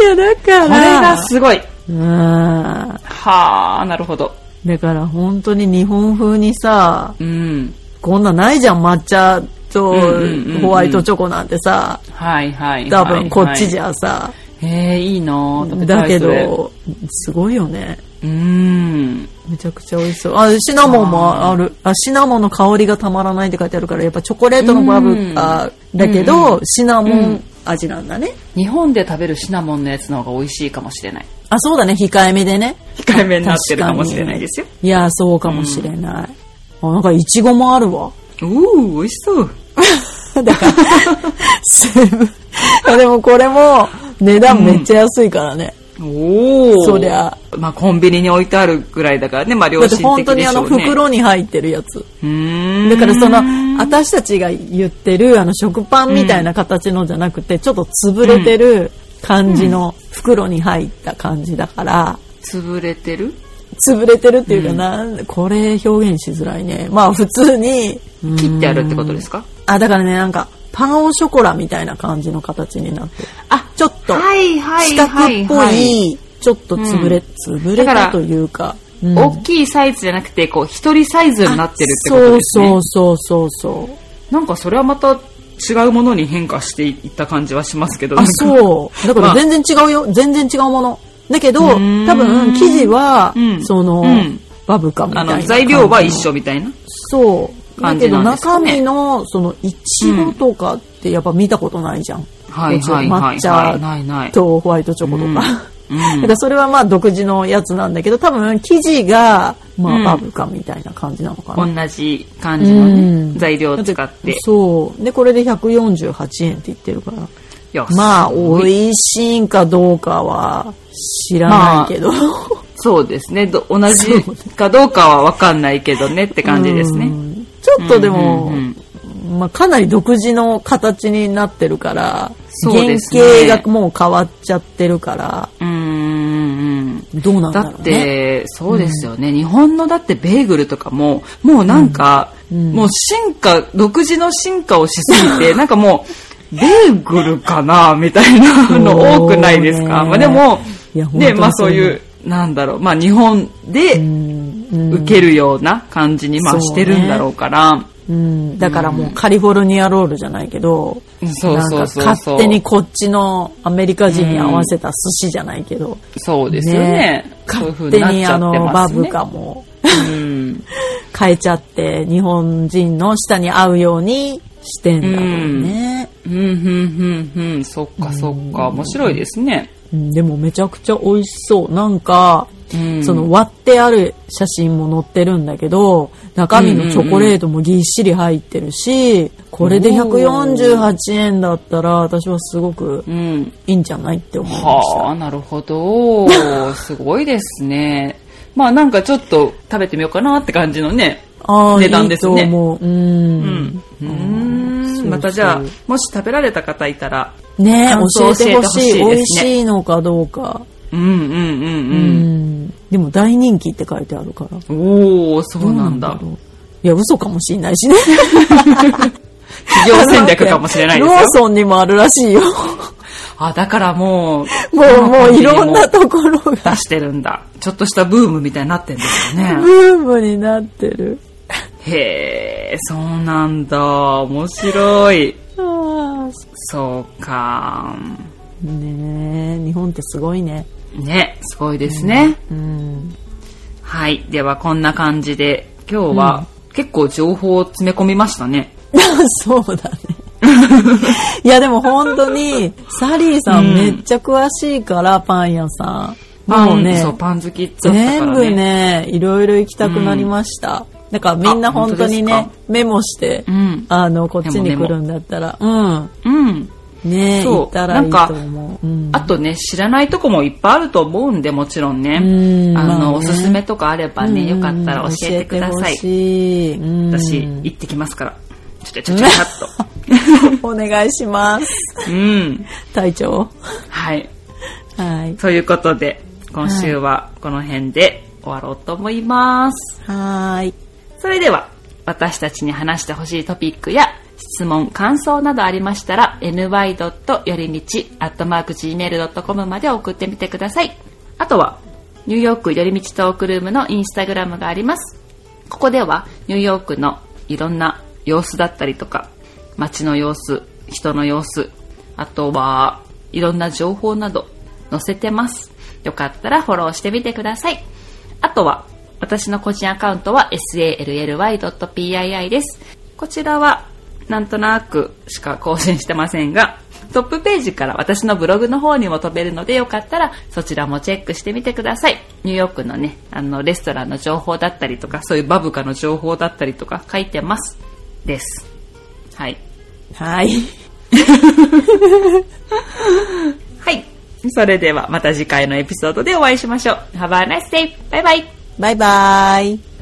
Speaker 2: いやだか
Speaker 1: これがすごい。
Speaker 2: うん
Speaker 1: はあ、なるほど。
Speaker 2: だから本当に日本風にさ
Speaker 1: うん。
Speaker 2: こんなないじゃん抹茶と
Speaker 1: うんうんうんうん
Speaker 2: ホワイトチョコなんてさ
Speaker 1: はいはい、はい。
Speaker 2: 多分こっちじ
Speaker 1: ゃ。
Speaker 2: ゃさ、
Speaker 1: えー、いいなあ食べたい
Speaker 2: だけ
Speaker 1: それ
Speaker 2: どすごいよね
Speaker 1: うん。
Speaker 2: めちゃくちゃ美味しそう。あ、シナモンもある。あ、シナモンの香りがたまらないって書いてあるから、やっぱチョコレートのバブカだけど、シナモン味なんだね。
Speaker 1: 日本で食べるシナモンのやつの方が美味しいかもしれない。
Speaker 2: あ、そうだね。控えめでね。
Speaker 1: 控えめになってる
Speaker 2: 確
Speaker 1: か
Speaker 2: に
Speaker 1: もしれないです
Speaker 2: <laughs>
Speaker 1: よ。。
Speaker 2: いや、そうかもしれない。あ、なんかイチゴもあるわ。
Speaker 1: おー、美味しそう。
Speaker 2: だ
Speaker 1: <laughs>
Speaker 2: から、セブンあでもこれも値段めっちゃ安いからね。
Speaker 1: おお。
Speaker 2: そりゃ。
Speaker 1: まあ、コンビニに置いてあるぐらいだからね、まあ、良
Speaker 2: だっ
Speaker 1: 心
Speaker 2: て
Speaker 1: 的でしょう
Speaker 2: 本
Speaker 1: ね。
Speaker 2: 当にあの袋に入ってるやつ。
Speaker 1: うーん。
Speaker 2: だからその、私たちが言ってる、あの、食パンみたいな形のじゃなくて、ちょっと潰れてる感じの袋に入った感じだから、
Speaker 1: 潰れてる
Speaker 2: 潰れてるっていうかなん、これ表現しづらいね。まあ普通に、
Speaker 1: 切ってあるってことですか
Speaker 2: あ、だからね、なんか、パンオショコラみたいな感じの形になってる。
Speaker 1: あ、
Speaker 2: ちょっと
Speaker 1: はいはい
Speaker 2: 四角
Speaker 1: は
Speaker 2: っ
Speaker 1: い
Speaker 2: ぽ
Speaker 1: はい。
Speaker 2: い、ちょっと潰れ、
Speaker 1: うん
Speaker 2: 潰れたというか、うん
Speaker 1: 大きいサイズじゃなくて、こう、一人サイズになってるってことですね。
Speaker 2: そうそうそうそうそう。
Speaker 1: なんかそれはまた違うものに変化していった感じはしますけど。
Speaker 2: あ、そう。だから
Speaker 1: まあ
Speaker 2: 全然違うよ。全然違うもの。だけど、多
Speaker 1: ーん
Speaker 2: 分、生地は、
Speaker 1: うん
Speaker 2: その、
Speaker 1: うん
Speaker 2: バブカみた
Speaker 1: あ
Speaker 2: いな感
Speaker 1: の、
Speaker 2: じの。
Speaker 1: 材料は一緒みたいな。
Speaker 2: そう。だ
Speaker 1: 感
Speaker 2: け
Speaker 1: じ
Speaker 2: ど
Speaker 1: なんです
Speaker 2: 中
Speaker 1: かね
Speaker 2: 身の、その、いちごとかってやっぱ見たことないじゃん。
Speaker 1: はいはいはい
Speaker 2: 抹
Speaker 1: はい。ないない
Speaker 2: 茶。とホワイトチョコと <laughs> か。
Speaker 1: うん
Speaker 2: だからそれはまあ独自のやつなんだけど、多分生地が、ま
Speaker 1: う
Speaker 2: あ
Speaker 1: ん
Speaker 2: バブカみたいな感じなのかな。
Speaker 1: 同じ感じの
Speaker 2: う
Speaker 1: ね
Speaker 2: ん
Speaker 1: 材料を
Speaker 2: だ
Speaker 1: 使
Speaker 2: て
Speaker 1: って。い
Speaker 2: そう。で、これで148円って言ってるから。
Speaker 1: や
Speaker 2: まあ、
Speaker 1: すごい
Speaker 2: 美味しいんかどうかは知らないけど。
Speaker 1: そうですね。ど同じかどうかはわかんないけどねって感じですね。
Speaker 2: うんちょっとでも、
Speaker 1: うんうん
Speaker 2: まあ、かなり独自の形になってるから、
Speaker 1: そうですね
Speaker 2: 原型がもう変わっちゃってるから、
Speaker 1: うんうんうん。
Speaker 2: どうなん
Speaker 1: だ
Speaker 2: だろ
Speaker 1: っ
Speaker 2: うね。
Speaker 1: て、そうですよね、日本のだってベーグルとかも、もうなんか、もう進化、独自の進化をしすぎ <laughs> て、なんかもう、ベーグルかなみたいなの多くないですか。
Speaker 2: そうね
Speaker 1: まあでも
Speaker 2: いや、
Speaker 1: ね、
Speaker 2: 本当にそう
Speaker 1: まあそういう、なんだろう、まあ日本で受けるような感じに、ま
Speaker 2: そう
Speaker 1: あ
Speaker 2: ね
Speaker 1: してるんだろうから、
Speaker 2: うん、だからもうカリフォルニアロールじゃないけど、
Speaker 1: そうそうそうそう
Speaker 2: なんか勝手にこっちのアメリカ人に合わせた寿司じゃないけど、
Speaker 1: そうですよね。そういう風に
Speaker 2: 勝手
Speaker 1: なっち
Speaker 2: に
Speaker 1: ゃ
Speaker 2: あ
Speaker 1: っ
Speaker 2: の、
Speaker 1: てま
Speaker 2: バ
Speaker 1: す
Speaker 2: ブ
Speaker 1: ね。
Speaker 2: カも
Speaker 1: うん
Speaker 2: 変えちゃって、日本人の舌に合うようにしてんだろうね。
Speaker 1: うん、うん、うん、うん、そっかそっか、面白いですね。
Speaker 2: うんでもめちゃくちゃ美味しそう。なんか、
Speaker 1: うん
Speaker 2: その割ってある写真も載ってるんだけど、中身のチョコレートもぎっしり入ってるし、これで148円だったら私はすごく
Speaker 1: うん。
Speaker 2: いいんじゃないって思いました。
Speaker 1: はあ、なるほど。 <laughs> すごいですね。まあなんかちょっと食べてみようかなって感じのね。
Speaker 2: ああ、
Speaker 1: 値段ですね
Speaker 2: いいと思う。う
Speaker 1: うんん。。うーん
Speaker 2: そうそう
Speaker 1: またじゃあ、もし食べられた方いたら、
Speaker 2: ね
Speaker 1: 感
Speaker 2: 教
Speaker 1: 想
Speaker 2: えてほ
Speaker 1: 教えて
Speaker 2: しい。
Speaker 1: ほしいですね
Speaker 2: 美味しいのかどうか。
Speaker 1: うんうんう
Speaker 2: うんん。でも大人気って書いてあるから。
Speaker 1: うん。おー、そうなん
Speaker 2: ど
Speaker 1: だ。
Speaker 2: ろういや、嘘かもしんないしね。
Speaker 1: 企業戦略かもしれ <laughs> ないです
Speaker 2: ロ
Speaker 1: よ
Speaker 2: ー。ソンにもあるらし
Speaker 1: <laughs>
Speaker 2: いよ。
Speaker 1: あ、だからもう、
Speaker 2: もう、もういろんな
Speaker 1: 出
Speaker 2: ところが
Speaker 1: してるんだ。ちょっとしたブームみたいになってんですよ
Speaker 2: ブ
Speaker 1: ね。
Speaker 2: ームになってる。
Speaker 1: へー、そうなんだ。面白い。
Speaker 2: あ
Speaker 1: そうか。
Speaker 2: ーねえ、日本ってすごいね。
Speaker 1: ね、すごいですね。
Speaker 2: うん。
Speaker 1: はい。では、こんな感じで、今日は結構情報を詰め込みましたね。
Speaker 2: そ
Speaker 1: <laughs>
Speaker 2: うだね。いや、でも本当に、サリーさんめっちゃ詳しいから、パン屋さん。
Speaker 1: パ
Speaker 2: もう
Speaker 1: ン、
Speaker 2: ね
Speaker 1: そ、う、パン好きだったか
Speaker 2: 全
Speaker 1: ら
Speaker 2: 部
Speaker 1: ね。
Speaker 2: ね、いろいろ行きたくなりました。だからみんな
Speaker 1: あ
Speaker 2: 本当に
Speaker 1: 本
Speaker 2: ね
Speaker 1: 当で、
Speaker 2: メモして
Speaker 1: う、ん。
Speaker 2: あの、こっちに
Speaker 1: メモメモ
Speaker 2: 来るんだったら、うん。
Speaker 1: うん。
Speaker 2: ねえ、
Speaker 1: そう
Speaker 2: 行ったらいいと思う。うん
Speaker 1: あとね、知らないとこもいっぱいあると思うんで、もちろんね。
Speaker 2: うん
Speaker 1: あ
Speaker 2: まあね
Speaker 1: の、おすすめとかあればね、よかったら教えてください。
Speaker 2: い。うん
Speaker 1: 私、行ってきますから。ちょちょちょちょちょっ
Speaker 2: お願いします。
Speaker 1: <laughs>
Speaker 2: <laughs>
Speaker 1: と。うん。
Speaker 2: 隊長。
Speaker 1: はい。
Speaker 2: はい。
Speaker 1: ということで、今週はこの辺で終わろうと思います。
Speaker 2: はーい。
Speaker 1: それでは、私たちに話してほしいトピックや質問、感想などありましたら、ny. よりみち .gmail.com まで送ってみてください。あとは、ニューヨークよりみちトークルームのインスタグラムがあります。ここでは、ニューヨークのいろんな様子だったりとか、街の様子、人の様子、あとは、いろんな情報など載せてます。よかったらフォローしてみてください。あとは、私の個人アカウントは sally.pii です。こちらは、なんとなくしか更新してませんが、トップページから私のブログの方にも飛べるので、よかったらそちらもチェックしてみてください。ニューヨークのね、あの、レストランの情報だったりとか、そういうバブカの情報だったりとか書いてます。です。はい。
Speaker 2: はい。
Speaker 1: はい。それではまた次回のエピソードでお会いしましょう。Have a nice day! バイバイ
Speaker 2: バイバイ。